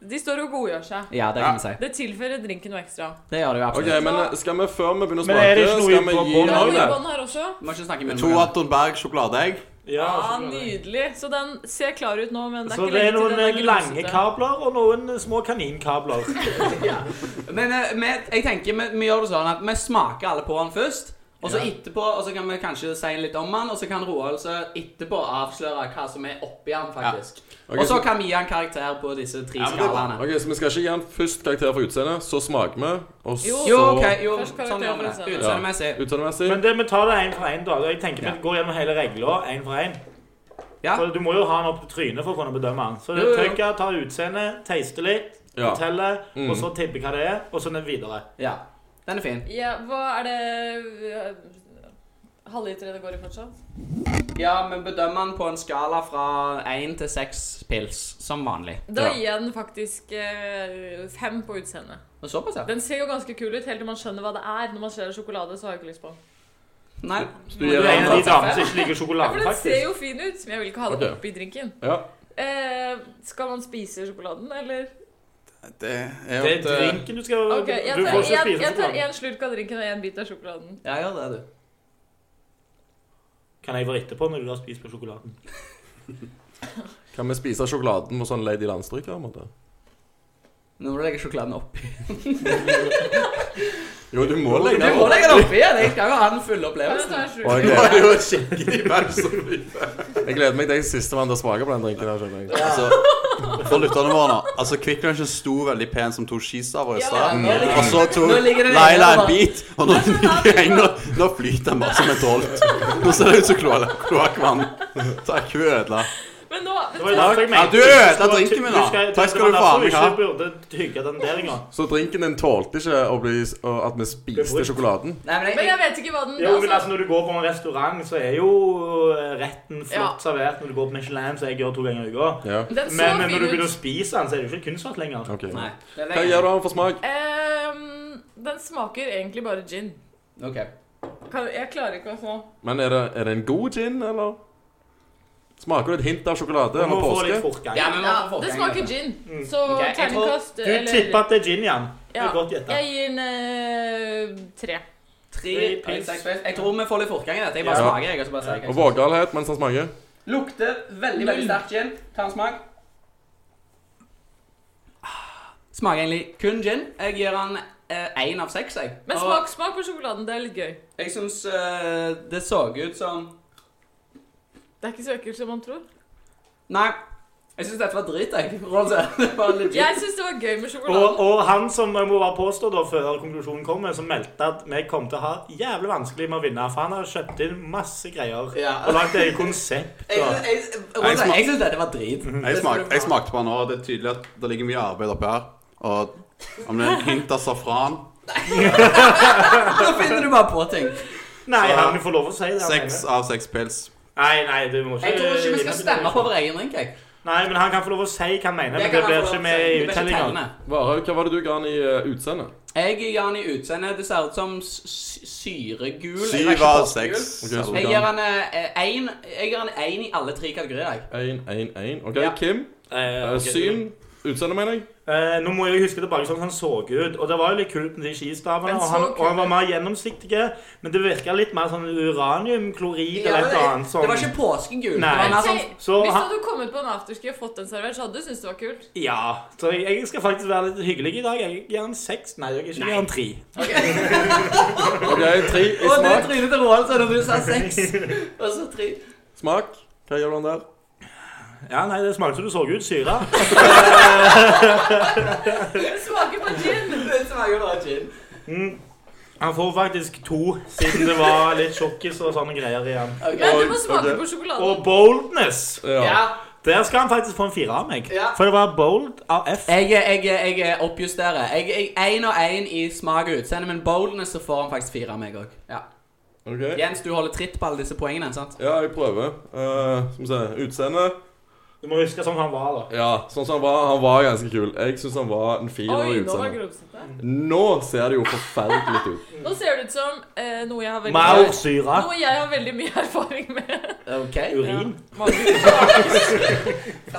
E: De står og godgjør seg.
A: Ja, det kan vi si.
E: Det tilfører drinken noe ekstra.
A: Det gjør det jo
C: OK,
A: absolutt.
C: men eh, skal vi før vi begynner å
D: Men er det
C: smake,
D: ikke noe
C: skal vi
D: på
C: gi
D: bånn
E: Det
D: har
E: er
D: vi
E: mye
D: det.
E: bånd her også.
A: Må ikke snakke med
B: To Attenberg sjokoladeegg.
D: Ja,
E: Ja,
D: så-
E: Ah, nydelig. Så den ser klar ut nå, men det er
D: så
E: ikke
D: det er
E: lenge til
D: noen
E: den er
D: eh, lange
E: grumsete.
D: kabler og noen eh, små kaninkabler.
A: Men eh, vi, jeg tenker vi, vi gjør det sånn at vi smaker alle på den først. Og så etterpå og så kan vi kanskje si litt om den, og så kan Roald så etterpå avsløre hva som er oppi den, faktisk.
C: Ok,
A: og så
C: så-
A: kan vi gi han karakter på disse tre
B: men det-
A: skalaene.
C: Ok, Så vi skal ikke gi han først karakter for utseendet, så smaker vi, og så
E: Jo.
A: Jo, OK, jo,
E: Først karakter
A: sånn gjør vi
E: for
A: det.
E: utseendet.
A: Utseendemessig.
C: Utseendemessig.
D: Men det, vi tar det én for én. da. Jeg tenker
A: Ja.
D: Vi går gjennom hele regla én for én.
A: Ja.
D: For Du må jo ha den opp til trynet for å kunne bedømme den. Så det
A: Jo, jo, jo.
D: trykker, tar utseendet, taster litt,
C: Ja.
D: forteller, og så tipper hva det er, og så ned videre.
A: Ja. Den er fin.
E: Ja, hva er det eh, Halvliteren det går i fortsatt?
A: Ja, vi bedømmer den på en skala fra én til seks pils, som vanlig.
E: Da
C: Ja.
E: gir jeg den faktisk eh, fem på utseendet.
A: Og Såpass, ja.
E: Den ser jo ganske kul ut, helt til man skjønner hva det er. Når man ser sjokolade, så har jeg ikke lyst på den.
A: Nei.
C: Du
D: Du
C: gir
D: er en av
C: han
D: de
C: da.
D: damene som ikke liker
E: Ja,
D: sjokolade,
E: for den ser
D: faktisk.
E: jo fin ut, men jeg vil ikke ha den
C: Ok.
E: oppi drinken.
C: Ja.
E: Eh, skal man spise sjokoladen, eller?
B: Det er
D: Det
B: jo
D: er
B: et eh,
D: drinken du skal
E: Ok, jeg
D: Du
E: tar,
D: får ikke
E: jeg,
D: spise
E: jeg tar
D: sjokolade.
E: en slurk av drinken og en bit av sjokoladen.
A: Ja, gjør det, du.
D: Kan jeg være etterpå når du har spist på sjokoladen?
C: Kan vi spise sjokoladen med sånn Lady Landstryker? på en måte?
A: Nå må du legge sjokoladen oppi.
C: Jo, du må legge
A: Du må legge den oppi, ja. Jeg skal jo ha den fulle
E: Ja, jeg
A: opplevelsen.
E: tar en slurk.
C: Og jeg
B: Det var
C: gleder,
B: jo en skikkelig pause.
C: jeg gleder meg til jeg er sistemann til å smake på den drinken. her, skjønner jeg.
B: Altså, for lytterne våre nå Altså, Quick Lunchen sto veldig pen som to skistaver i
E: Ja,
B: stad.
E: men nå ligger-
B: Og så tok
A: nå ligger det
B: Laila
A: nede,
B: en
A: da.
B: bit, og nå, ligger jeg- nå, nå flyter den bare som et holt. Nå ser det ut som kloa- kloakkvann. Takk, hun ødela.
E: Men nå
D: Det var jo derfor jeg
B: Ja,
D: mente-
B: du ødela
D: skal-
B: drinken min, da.
D: skal-
B: Takk skal
D: det var
B: du
D: derfor
B: faen meg ha.
D: ikke burde hygge den deringa.
C: Så drinken din tålte ikke å bli, å, at vi spiste sjokoladen?
A: Nei, men jeg,
E: Men jeg vet ikke hva den
D: Jo, men altså
E: altså,
D: Når du går på en restaurant, så er jo eh, retten flott
E: Ja.
D: servert. Når du går på Michelin, så jeg gjør to ganger i uka.
C: Ja.
E: Den så
D: Men, men når du
E: fin
D: begynner å
E: ut.
D: spise den, så er det jo ikke kunstverk lenger.
C: ok.
A: Nei.
C: Hva gir du han for smak?
E: Ehm, den smaker egentlig bare gin.
A: Ok.
E: Kan, jeg klarer ikke å få
C: Men er det, er det en god gin, eller? Smaker det et hint av sjokolade
D: Du må
C: eller
D: få litt
C: påske?
D: fortgang.
A: Ja, men vi
E: ja,
A: får
E: Det
A: fortgang,
E: smaker
A: dette.
E: gin. Så
A: Ok, jeg tror-
E: terningkast
D: Mm. Du tipper at det er gin igjen. Det
E: ja,
D: er godt gjetta.
E: Jeg gir den eh, tre.
D: Tre
A: Tre
D: pils.
A: pils. seks pils. Jeg tror vi får litt fortgang i dette. Jeg bare
C: Ja.
A: smaker, jeg. Mm. Og så bare sier jeg.
C: Og vågalhet mens han smaker?
A: Lukter veldig, veldig sterk gin. Ta en smak. Smaker egentlig kun gin. Jeg gir den én av seks, jeg.
E: Men
A: Og
E: smak, smak på sjokoladen. Det er litt gøy.
A: Jeg syns eh, det så ut som
E: Det er ikke så ekkelt som man tror.
A: Nei. Jeg syns dette var drit, jeg. Ronse. Det var legit.
E: Jeg syns det var gøy med
D: Og,
E: sjokolade.
D: og han som må være påstått da, før konklusjonen kommer, som meldte at vi kom til å ha jævlig vanskelig med å vinne, for han har kjøpt inn masse greier
A: Ja.
D: og lagt eget konsept.
A: Jeg,
D: Og,
A: jeg, Ronse,
B: smak-
A: jeg syns dette var drit.
B: Jeg, smak, jeg smakte på den nå, og det er tydelig at det ligger mye arbeid oppi her. Og om det er en hint av safran
A: Nå finner du bare på ting.
D: nei, han får lov å si det. han
B: Seks
D: mener.
B: av seks pils.
D: Nei, nei, du må ikke
A: Jeg tror ikke vi
D: vinne
A: skal
D: til
A: stemme
D: det.
A: på vår egen drink. jeg.
D: Nei, men han kan få lov å si hva han mener, men
A: kan
D: det
A: jeg
D: blir
A: få
D: ikke
A: lov til å
D: med
A: si.
D: i
A: Det blir ikke
D: uttellinga.
A: tellende.
C: Varhaug, hva var det du ga han i eh, utseende?
A: Jeg gir han i utseende Det ser ut som s- syregul. Jeg var
B: Syv
A: ikke
B: av
A: postgul.
B: seks.
C: Ok, så-
A: Jeg gir han én Jeg gir han én i alle tre kategorier. jeg.
C: 1-1-1. OK,
A: Ja.
C: Kim.
D: Eh,
C: eh,
D: ok.
C: Syn. Utseende, mener jeg.
D: Eh, nå må jeg huske tilbake sånn som han så ut. Og det var jo litt kult med de skistavene.
E: Men
D: Og
E: så
D: han,
E: kult.
D: og han var mer gjennomsiktig, men det virka litt mer sånn uraniumklorid
A: Ja,
D: eller et eller
A: men
D: annet
A: Det var
D: sånn.
A: ikke påskegul.
D: Nei.
A: Det var mer
E: Tenk,
A: sånn
D: Så
E: Hvis du
D: han-
E: hadde kommet på en afterski og fått den servert, så hadde du syntes det var kult.
D: Ja. Så jeg, jeg skal faktisk være litt hyggelig i dag. Jeg gir han seks. Nei, jeg gir han tre.
C: OK, tre i
A: Å, det er
C: smak.
A: trynet til Roald sa da du sa seks. Og så tre.
C: Smak. Hva gjør du han der?
D: Ja, nei, det smakte som du så ut. Syre.
E: Det smaker på gin!
A: Det smaker bare gin.
D: Han får faktisk to, siden det var litt sjokkis og sånne greier igjen.
A: Ok.
E: Men du må
C: Oi,
E: smake
C: ok.
E: på sjokoladen.
D: Og boldness.
A: Ja.
D: Der skal han faktisk få en fire av meg.
A: Ja.
D: For det var bold av F.
A: Jeg, eh, jeg, jeg oppjusterer. Jeg- jeg- Én og én i smak og utseende, men boldness så får han faktisk fire av meg òg. Ja.
C: OK.
A: Jens, du holder tritt på alle disse poengene, sant?
C: Ja, jeg prøver. Eh, skal vi se Utseende.
D: Du må huske sånn han var, da.
C: Ja, sånn som han var. Han var ganske kul. Jeg syns han var en fin
E: Oi,
C: i
E: nå var
C: utseende.
E: grumsete.
C: Nå ser det jo forferdelig ut.
E: Nå ser det ut som eh, noe jeg har veldig
D: Maursyre.
E: Noe jeg har veldig mye erfaring med.
D: Eh,
A: Ok.
D: Urin.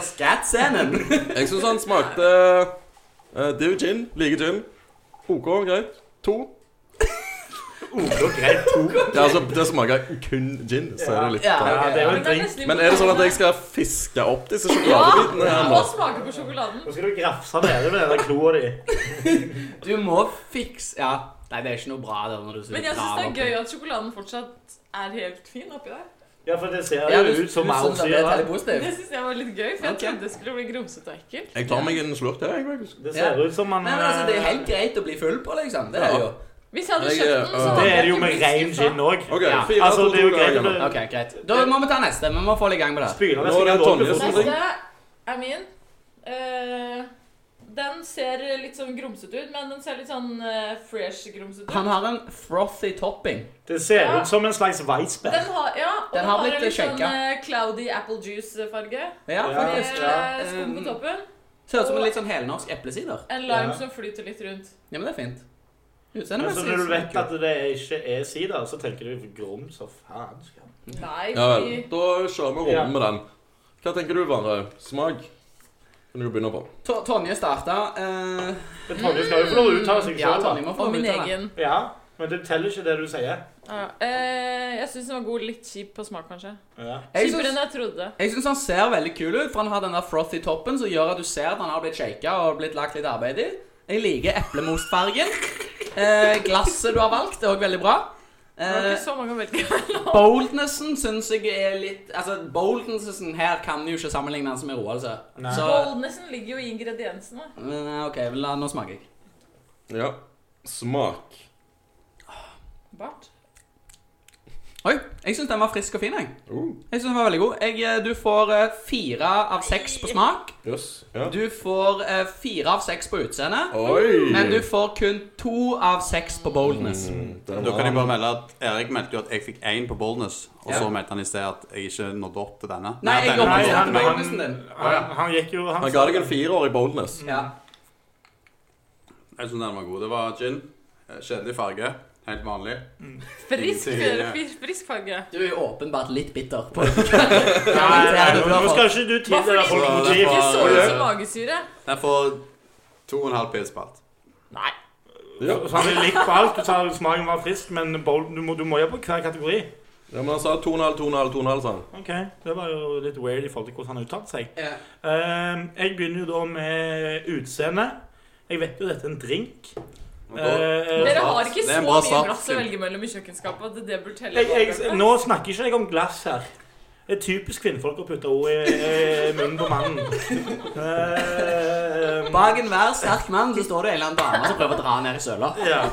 A: Skatt-scenen.
C: Jeg syns han smakte eh, Det er jo gin. Liker gin. OK, greit. To.
D: Ok, greit, to.
C: Ja, altså, det smaker kun gin, så er det litt
A: Ja.
D: Ja, det er jo
E: Men
D: en
E: det er
D: drink.
E: nesten
C: Men er det sånn at jeg
E: imponerende.
C: skal fiske opp disse sjokoladebitene
E: Ja!
C: her
E: Må
C: nå?
E: smake på sjokoladen.
D: Nå skal du grafse nede med den der kloa di.
A: Du må fikse Ja. Nei, det er ikke noe bra der når du
E: Men jeg syns det er gøy at sjokoladen fortsatt er helt fin oppi der.
D: Ja, for det ser
A: Ja,
D: jo
A: du
D: ut som
A: du syns at det er veldig
D: maursyre.
A: positivt?
E: Det syns jeg var litt gøy, for jeg
A: Ok.
E: trodde det skulle bli grumsete og ekkelt.
C: Jeg tar meg en slurk til, jeg. faktisk.
D: Det ser ut som han
A: Nei, men altså, Det er
D: eh,
A: helt greit å bli full på, liksom. Det er
C: Ja.
A: det jo.
E: Hvis jeg hadde
C: Jeg,
E: kjøpt den, så
C: eh,
E: hadde
D: Det er
E: jeg
D: det jo
E: ikke
D: med
E: blitt
D: rein
E: skuffa.
D: gin òg.
C: OK,
A: Ja,
C: fire
D: altså,
C: to,
D: det er jo
C: to,
D: greit
C: to,
D: å
C: to.
D: bli-
A: Ok, greit. Da må vi ta neste. Vi må få litt gang på det.
D: Spyler
C: Nå er det
D: nesten
C: Tonje
D: låter
C: som-
D: for-
E: Neste er min. Eh, den ser litt sånn grumsete ut, men den ser litt sånn eh, fresh grumsete
A: Han
E: ut.
A: har en frothy topping.
D: Det ser ut som en slags Weissberg.
E: Den har, ja, og
A: Den
E: den
A: har
E: har
A: blitt
E: en litt sånn
A: skjenka.
E: eh, cloudy apple juice-farge.
A: Ja,
D: Ja.
E: Med
A: faktisk.
E: eh, skum på toppen.
A: Ser ut som en litt sånn helnorsk eplesider.
E: En
D: Ja.
E: lime som flyter litt rundt.
A: Ja, men det er fint.
D: Men så
A: Utseendemessig.
D: når du vet at det ikke er sider, så tenker du grom så faen. skal han-
E: Nei,
C: Ja vel.
E: fordi-
C: Da kjører vi
D: Ja.
C: runden med den. Hva tenker du, Varhaug? Smak? Kan du begynne på?
A: To- Tonje starta. eh,
D: Men Tonje skal jo få lov å uttale seg
A: ja,
D: selv,
A: Tonje
D: da.
A: må få
E: og min
A: ut av det.
E: egen.
D: Ja, men det teller ikke det du sier.
E: Ja, eh, jeg syns den var god. Litt kjip på smak, kanskje.
D: Ja.
A: Jeg
E: Kjipere enn
A: syns-
E: jeg trodde.
A: Jeg syns han ser veldig kul ut, for han har den der frothy toppen som gjør at du ser at han har blitt shaka og blitt lagt litt arbeid i. Jeg liker eplemostfargen. Eh, glasset du har valgt, er òg veldig bra.
E: Det var
A: Eh,
E: ikke sånn. så mange å velge mellom.
A: Boldnessen syns jeg er litt Altså, boldnessen her kan jo ikke sammenlignes med Roald, altså.
D: Nei.
A: Så
E: Boldnessen ligger jo i ingrediensene.
A: eh, OK, vel, la, nå smaker jeg.
C: Ja. Smak.
E: Bart.
A: Oi, jeg syns den var frisk og fin, jeg.
C: Uh,
A: Jeg synes den var veldig god. Jeg, eh, du får eh, fire av seks på smak.
C: Jøss. Ja.
A: Du får eh, fire av seks på utseende.
C: Oi!
A: Men du får kun to av seks på boldness.
C: Da
B: Da kan jeg bare melde at Erik meldte jo at jeg fikk én på Boldness, og
A: Ja.
B: så meldte han i sted at jeg ikke nådde opp til denne.
A: Nei, jeg
B: denne
A: går
D: Nei,
A: på
B: nådde opp
D: han, han,
B: til meg.
A: Boldnessen din.
D: han, han gikk jo Han,
C: Han ga deg en firer i boldness.
A: Ja.
B: Jeg synes den var god. Det var gin. eh, Kjedelig farge. Helt vanlig.
E: Frisk,
B: Ingenting,
E: fri- frisk farge.
A: Du er jo åpenbart litt bitter. på
D: Nei, nei, nå- nå skal ikke du tildele
E: Hvorfor
D: folk
B: ikke?
D: motiv.
E: Ikke så ut
C: ja.
E: som magesyre.
B: Den får to og en halv pils på alt.
E: Nei.
C: Ja.
D: Så altså, han er likt på alt. Du sa smaken var frisk, men bold, du må, du må jo på hver kategori.
C: ja, men han sa 2,5, 2,5, 2,5, sa han.
D: Ok, Det var jo litt weird i forhold til hvordan han uttalte seg.
A: Ja.
D: Ehm, jeg begynner jo da med utseende. Jeg vet jo dette er en drink.
B: Og da-
A: Eh.
D: Ehm,
E: Dere
B: bra.
E: har ikke
B: Det er
E: så
B: en bra
E: mye
B: start,
E: glass å
B: Kim.
E: velge mellom i kjøkkenskapet at det bør telle.
D: jeg, jeg, nå snakker ikke jeg om glass her. Det er typisk kvinnfolk å putte ord i, i munnen på mannen. Eh,
A: Bak enhver sterk mann så står det en eller annen dame som prøver å dra han ned i søla.
D: ja.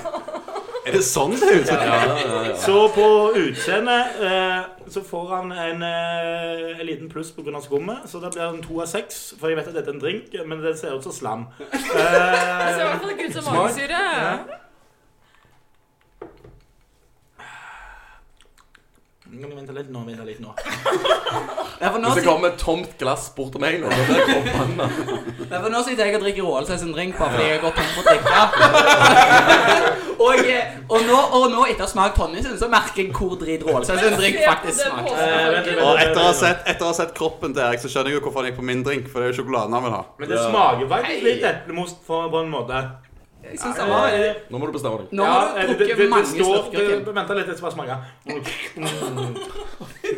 B: Er det sånn det er? Ja,
D: Så på utseendet eh, så får han en, eh, en liten pluss pga. skummet. Så det blir en to av seks. For jeg vet at dette er en drink, men det ser ut som slam.
E: Det ser i
D: Eh,
E: hvert fall ikke ut som
D: Smart.
E: magesyre.
D: nå må vi vente litt nå. Vente litt nå.
A: Ja, for nå,
C: Hvis det
A: sit-
C: kommer et tomt glass bort til meg nå, da blir jeg forbanna.
A: ja, for nå sitter jeg og drikker Roald sin drink bare fordi jeg har gått tom for å drikke. og, eh, og, nå, og nå, etter å ha smakt honningen sin, så merker jeg hvor drit Roald sin drink faktisk smaker.
D: Eh, vent litt, vent
B: Og
D: litt,
B: etter å ha
D: vent litt.
B: sett, etter å ha sett kroppen til Erik, så skjønner jeg jo hvorfor han gikk på min drink. For det er jo sjokoladen han vil ha.
D: Men det smaker faktisk litt eplemost på, på en måte.
A: Jeg synes det var
D: Eh,
C: Nå må du bestemme deg.
A: Nå har
D: eh,
A: du drukket mange
D: står-
A: slurker, Kim.
D: det- Vent litt, jeg skal bare smake. Mm.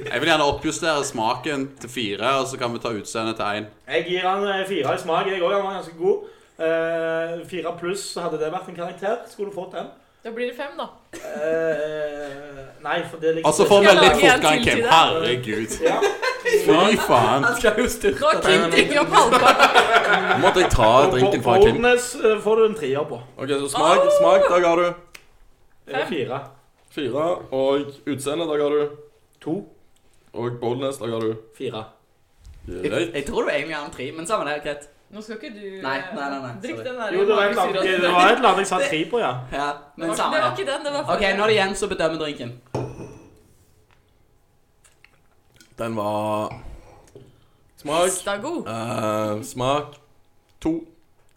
B: Jeg vil gjerne oppjustere smaken til fire, og så kan vi ta utseendet til én.
D: Jeg gir han eh, fire i smak, jeg òg. Han var ganske god. Eh, fire pluss, så hadde det vært en karakter. Skulle du fått den?
E: Da blir det fem, da.
D: Eh, nei, for det er liksom
B: Og så får
E: Skal
B: vi
E: jeg
B: litt
E: lage en
B: fortgang,
E: til til
B: Kim.
E: deg?
B: Herregud.
D: Ja.
B: Fy faen.
A: Han skal jo
E: Nå
A: styrte
E: har Kim tygger opp halvparten.
C: Nå måtte jeg ta drinken fra Kim.
D: Ordenes eh, får du en trier på.
C: Ok, så smak, smak, da ga du
D: Eller fire.
C: fire. Og utseende, da ga du
D: To.
C: Og boldness, da ga du
D: Fire.
A: Jeg,
C: Greit.
A: jeg tror du egentlig har en tre, men samme det, greit.
E: Nå skal ikke du
A: Nei, nei, nei, nei,
E: drikke
A: sorry.
E: den der
D: Jo, det var et eller annet
E: magesyra.
D: det var et eller annet jeg sa tre på, ja.
A: Ja,
E: Det
A: men
E: var ikke-
A: samme
E: det var
A: det.
E: ikke den, det var
A: Ok, nå er det igjen, så bedømmer drinken.
C: Den var Smak.
E: Pista god.
C: eh, smak to.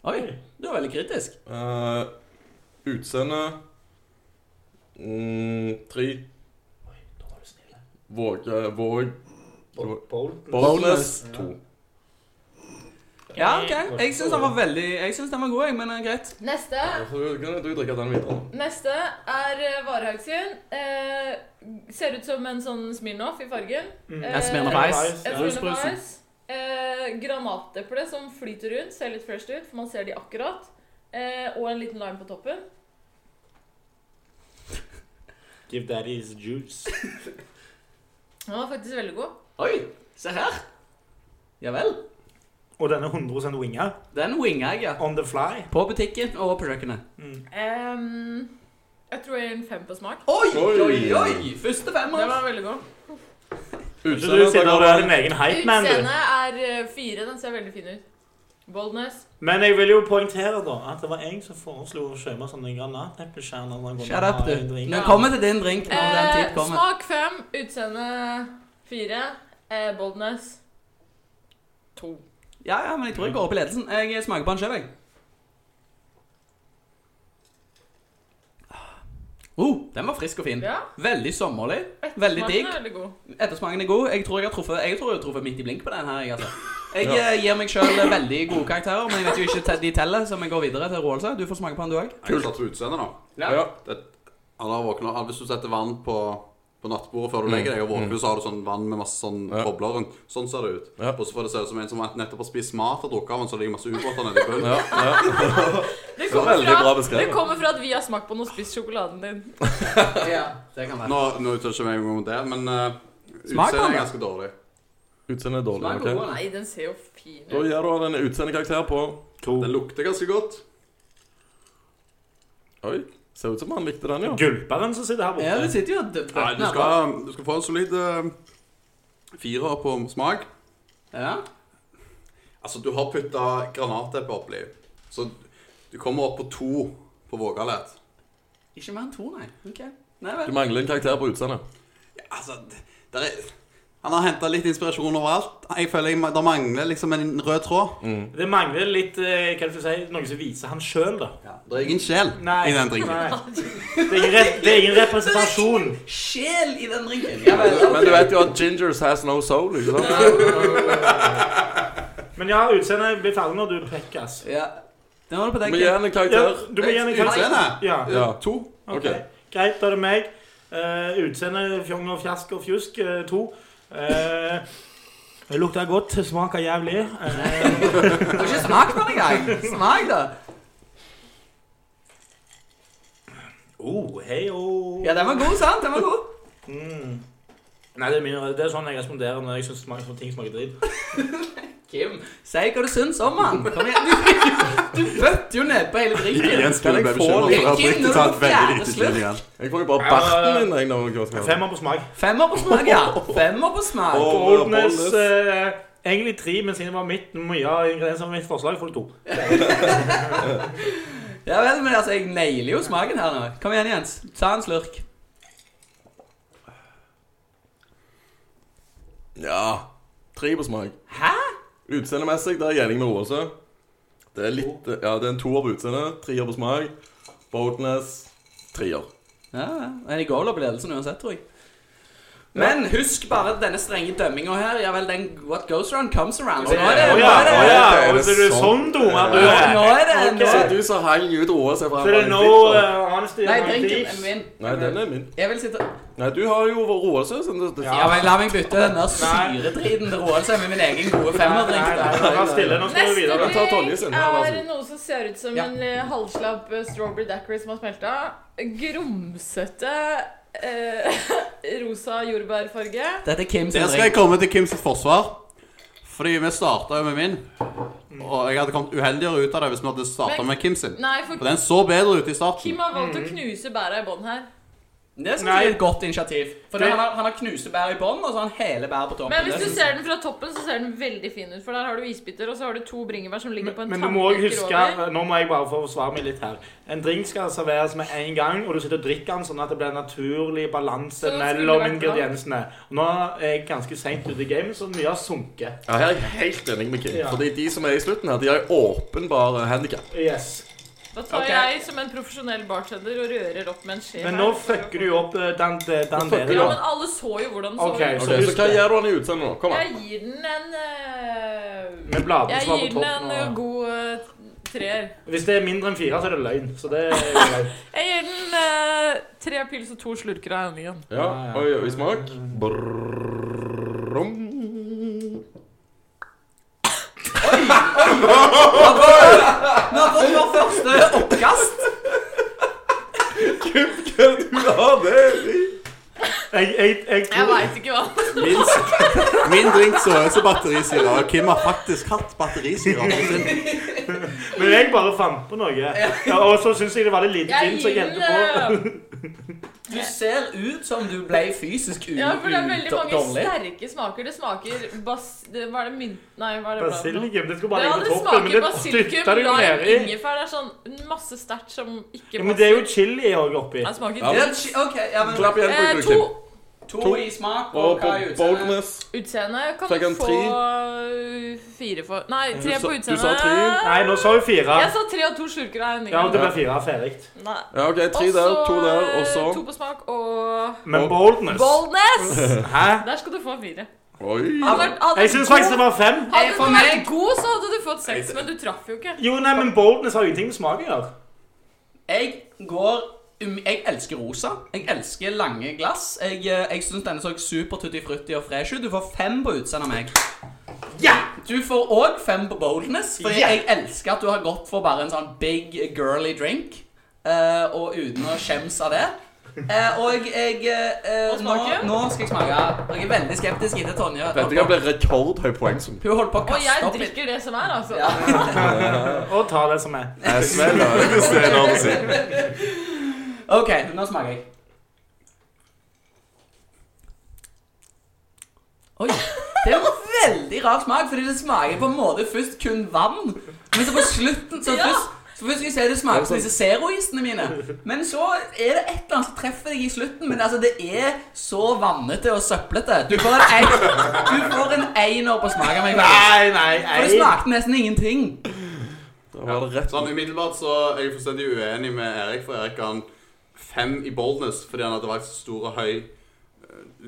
A: Oi, du var veldig kritisk.
C: Eh, utseende mm, tre. Våge Våg
D: Bolten.
C: Boldness to.
A: Ja, ok. Jeg synes den var veldig, jeg synes den var god, jeg, men eh, greit.
E: Neste
C: Ja, så kan du drikke den videre.
E: Neste er eh, Varehaug sin. Eh, ser ut som en sånn Smirnoff i fargen.
D: Mm.
E: Eh,
A: Jeg smirner på
D: Ice.
A: ice.
E: en
D: Brus,
E: Smirnoff Ice. Eh, Granateple som flyter rundt. Ser litt fresh ut, for man ser de akkurat. Eh, og en liten lime på toppen.
D: Give daddy his juice.
E: Den var faktisk veldig god.
A: Oi, se her. Ja vel.
D: Og denne 100 winger.
A: Den winga jeg, ja.
D: On the fly.
A: På butikken og på kjøkkenet.
E: Ehm, jeg tror jeg gir en fem på smak.
A: Oi,
C: Oi.
A: oi, oi. Første
E: Den
A: femmer.
E: var veldig god.
D: Så du
C: Utseende, da
D: sitter og
C: ga
D: er
C: du
D: din egen hype man, du.
E: Utseendet er eh, fire. Den ser veldig fin ut. Boldness.
D: Men jeg vil jo poengtere da at det var jeg som foreslo å kjøpe sånne granatepleskjerner. når man går
A: Shut
D: og
A: up,
D: har en
A: du.
D: drink.
A: Nå kommer til din drink når den
E: Eh,
A: tid kommer.
E: smak fem. Utseende fire. Eh, boldness to.
A: Ja, ja, men jeg tror jeg går opp i ledelsen. Jeg smaker på den selv, jeg. Oh, den var frisk og fin.
E: Ja. eh,
A: Veldig sommerlig. Veldig
E: Ettersmaken
A: digg.
E: er Veldig god.
A: Ettersmaken er god. Jeg tror jeg har truffet, jeg tror jeg har truffet midt i blink på den her. Jeg, altså. jeg
C: Ja.
A: eh, gir meg selv veldig gode karakterer, men jeg vet jo ikke te- de teller, så vi går videre til Roald. så Du får smake på den, du òg.
B: Jeg satt på utseendet, da.
C: Ja.
B: Det, han har våknet, han, hvis du setter vann på, på nattbordet før du legger deg, og våkner, så har du sånn vann med masse sånn
C: Mm. Ja.
B: bobler rundt. Sånn ser det ut.
C: Ja.
B: Og så får det se ut som en som nettopp har spist mat og drukket av, men så ligger masse ubåter nedi bunnen.
C: Ja, ja.
E: Det
C: var
E: kommer,
C: veldig bra
E: fra,
C: beskrevet.
E: det kommer fra at vi har smakt på den og spist sjokoladen din.
A: Ja, det kan
B: Nå, nå uttaler ikke jeg meg om det, men eh,
A: Smak på den,
B: utseendet er
A: da.
B: ganske dårlig.
C: Utseende er dårlig.
A: Smak
C: ok?
A: god, da.
E: Nei, den ser jo fin
C: Da
E: ut.
C: gir du han en utseendekarakter på
D: To.
B: Den lukter ganske godt.
C: Oi, ser ut som han likte den, ja.
D: Gulperen som sitter her borte.
A: Ja, du sitter jo og dø- døtter
B: Nei, du,
A: den her, da.
B: skal, du skal få en solid eh, firer på smak.
A: Ja.
B: Altså, du har putta granateple oppi, så du kommer opp på to på vågalet.
A: Ikke mer enn to, nei. Ok. Nei
C: Du
A: vel.
C: mangler en karakter på utseendet.
B: Altså, det- der er, han har henta litt inspirasjon overalt. Jeg føler jeg, Det mangler liksom en rød tråd.
D: Det mangler litt eh, hva skal jeg si, noe som viser han sjøl, da.
B: Det er ingen sjel i den drinken.
D: Nei. Det, er ingen rep- det er ingen representasjon.
A: Sjel i den drinken. Ja vel.
C: Men du vet jo at gingers has no soul, ikke sant?
D: Men ja, utseendet blir ferdig når du pekkas.
A: Ja. Den var det på
C: Du
A: deg.
C: må gi
A: Kim.
C: han en
D: Ja,
C: karakter.
D: du må gi henne en karakter.
B: Utseendet?
D: Ja.
C: Ja.
B: To.
C: Ok.
D: ok. Greit, da er det meg. Uh, Utseende fjong og fjask og fjusk, eh, to. Eh, det lukter godt, smaker jævlig. Eh,
A: Du har ikke smakt på den engang. Smak, da.
D: oh, hei, oh.
A: Ja, den var god, sant? Den var god.
D: Nei, det er, min, det er sånn jeg responderer når jeg syns ting smaker dritt.
A: Kim, si hva du syns om han. Kom igjen. Du, du bøtter jo nedpå hele drikken.
C: Jens, du bør bekymre deg for at
A: Kim,
B: oppriktig
A: når du
B: talt
A: får
B: veldig
A: fjerde
B: lite
A: slutt.
B: kjenning igjen.
C: Jeg får jo bare barten min jeg, når jeg skal
D: Femmer på smak.
A: Femmer på smak, ja. Femmer på smak.
C: Åh.
D: Oldnes
C: Bolles.
D: eh, Egentlig tre, men siden det var mitt mye av ingrediensene i mitt forslag, får du to.
A: Ja vel, men altså, jeg nailer jo smaken her nå. Kom igjen, Jens. Ta en slurk.
C: Ja. Tre på smak.
A: Hæ?
C: Utseendemessig, der er jeg enig med Roase. Det er litt Ja, det er en toer på utseendet, treer på smak. Boldness, treer.
A: Ja, ja. men jeg går vel opp ledelsen uansett, tror jeg. Men husk bare at denne strenge dømminga her Ja vel, den what goes around comes around. Så nå er det,
D: Å
A: nå
D: ja,
A: er
D: å
A: det,
D: ja.
C: Er
D: og
C: det
D: så er du sånn
C: sånn?
D: dummer du
A: Ja,
D: er.
A: nå er det, nå
C: Så
A: er det.
C: du som hang ut Roase fra
D: Så det er no
C: Nei,
D: eh, honesty
A: Nei,
D: and no
A: drinken er
D: thieves.
A: min.
C: den er min.
A: Jeg vil sitte
C: Nei, du har jo Roase, så det, det,
A: Ja, men la meg bytte den der
D: Nei.
A: syretriden til Roald seg med min egen gode
D: Nei,
A: femmerdrink.
D: nei,
A: da.
D: nei, vær stille. Nå skal vi
E: Neste
D: videre.
C: Jeg tar Tonje sin, ja, vær så
E: drink er
C: god.
E: noe som ser ut som
A: Ja.
E: en eh, halvslapp eh, strawberry daiquiri som har smelta. Grumsete eh, rosa jordbærfarge.
A: Dette er Kim sin
B: Der skal jeg
A: drink.
B: komme til Kims forsvar. Fordi vi starta jo med min. Og jeg hadde kommet uheldigere ut av det hvis vi hadde starta
E: Men-
B: med Kim sin.
E: Nei,
B: Og
E: for
B: den så bedre ut i starten.
E: Kim har valgt
D: Mm.
E: å knuse bæra i bånn her.
A: Det synes
D: Nei.
A: jeg er et godt initiativ. For
D: Det-
A: han har, han har knusebær i bånn, og så har han hele bær på toppen.
E: Men hvis
A: Det
E: du
A: synes jeg-
E: ser den fra toppen, så ser den veldig fin ut. For der har du isbiter, og så har du to bringebær som ligger på en
D: Men du må også
E: tannbrekker
D: huske eh,
E: over.
D: Nå må jeg bare få forsvare meg litt her. En drink skal serveres med en gang, og du sitter og drikker den sånn at det blir en naturlig balanse
E: Så skulle det
D: mellom
E: vært
D: ingrediensene. Nå er jeg ganske seint ute i gamet, så mye har sunket.
C: Ja, her er jeg helt enig med Kim.
D: Ja.
C: Fordi de som er i slutten her, de har jo åpenbar handikap.
D: Yes.
E: Da tar
A: Ok.
E: jeg som en profesjonell bartender og rører opp med en skje.
D: Men
E: her.
D: nå fucker du jo opp eh, den, den, den
C: fucker
D: delen.
C: du
E: Ja,
C: opp.
E: men alle så jo hvordan den så
D: Ok,
E: ut.
D: så
C: Ok, Så
D: husk
C: hva
D: det.
C: gjør du han i utseendet nå? Kom
E: Jeg
C: an.
E: gir den en eh,
D: Med bladene
E: Jeg
D: som var
E: gir
D: på
E: den en eh,
D: toppen.
E: god eh, treer.
D: Og... Hvis det er mindre enn fire, så er det løgn. Så det er greit.
E: Jeg gir den eh, tre pils og to slurker av honningen.
C: Ja,
D: Ja, ja.
C: oi, oi, smak. Brrrrom.
A: Nå får du vår første oppkast.
C: Kim, hva er det du har der i?
D: Jeg, jeg, jeg
E: Jeg
D: tror
E: veit ikke hva.
B: Min, min drink så ut som batterisyre, og Kim har faktisk hatt batterisyre på sin.
D: Men jeg bare fant på noe. Ja, og så syns jeg det var litt lite
E: Jeg
D: gin som
E: gir
D: jeg
E: den
D: helte på.
E: eh,
A: Du ser ut som du ble fysisk u-
E: Ja, for det er veldig mange
A: udårlig.
E: sterke smaker. Det smaker bas... Det, hva er det mynt... Nei, hva er det bladet for noe?
D: Basilikum. Det skulle bare
E: Ja,
D: ligge
E: det
D: på toppen.
E: smaker
D: Men det
E: basilikum,
D: dytta du jo
E: lime,
D: ned i.
E: ingefær. Det er sånn masse sterkt som ikke
D: Ja, men det er jo chili òg oppi.
E: Den smaker
C: Ja,
A: Ja,
E: dritt.
A: chi- ok, ja, men
C: Klapp igjen på
E: Eh,
C: utseendet,
E: to
C: Kim.
A: To i smak,
C: Og
A: og hva er
C: på
A: utseendet?
C: boldness.
E: utseende kan
C: Fikk han
E: få
C: tre?
E: øh, fire for Nei, tre
C: sa-
E: på
C: du
E: utseende.
C: sa tre.
D: Nei, nå sa hun fire.
E: Jeg sa tre og to slurker av Henning.
D: Ja, og det ble fire. Ferdig.
E: Nei.
C: Ja, ok, tre der, to der,
A: eh,
C: og så
E: To på smak og
D: Men boldness
E: Boldness!
D: Hæ?
E: Der skal du få fire.
C: Oi.
E: Hadde vært- hadde
D: Jeg syns faktisk det var fem.
E: Hadde
A: For
E: du vært
A: meg-
E: god, så hadde du fått seks, men du traff jo ikke.
D: Jo, nei, men boldness har jo ingenting med smak å gjøre.
A: Jeg går um, Jeg elsker rosa. Jeg elsker lange glass. Jeg, eh, jeg syns denne så super tutti frutti og fresh ut. Du får fem på utseendet av meg. Ja! Du får òg fem på boldness, fordi
D: Ja!
A: jeg elsker at du har gått for bare en sånn big girly drink, eh, og uten å skjemmes av det. Eh, og jeg eh,
E: Og
A: nå,
E: smake?
A: nå skal jeg smake. Jeg er veldig skeptisk etter Tonje.
C: Dette kan bli rekordhøy poengsum.
A: Hun holdt på å
E: Og
A: kaste
E: jeg
A: opp litt.
E: drikker det som er, altså.
A: Ja.
D: Og ta det som er.
C: Jeg svelger. Det ser jeg når du sier.
A: OK, nå smaker jeg. Oi. Det er en veldig rar smak, fordi det smaker på en måte først kun vann. Men så på slutten så
E: Ja.
A: først, så først skal jeg si det smaker som disse zeroisene mine. Men så er det et eller annet som treffer deg i slutten. Men altså, det er så vannete og søplete. Du får en, ein- du får en einer på smak av meg. faktisk.
D: nei,
A: For det smakte nesten ingenting.
C: Da var det rett
B: Sånn umiddelbart så er jeg fullstendig uenig med Erik, for Erik har en fem i boldness fordi han hadde valgt så stor og høy eh,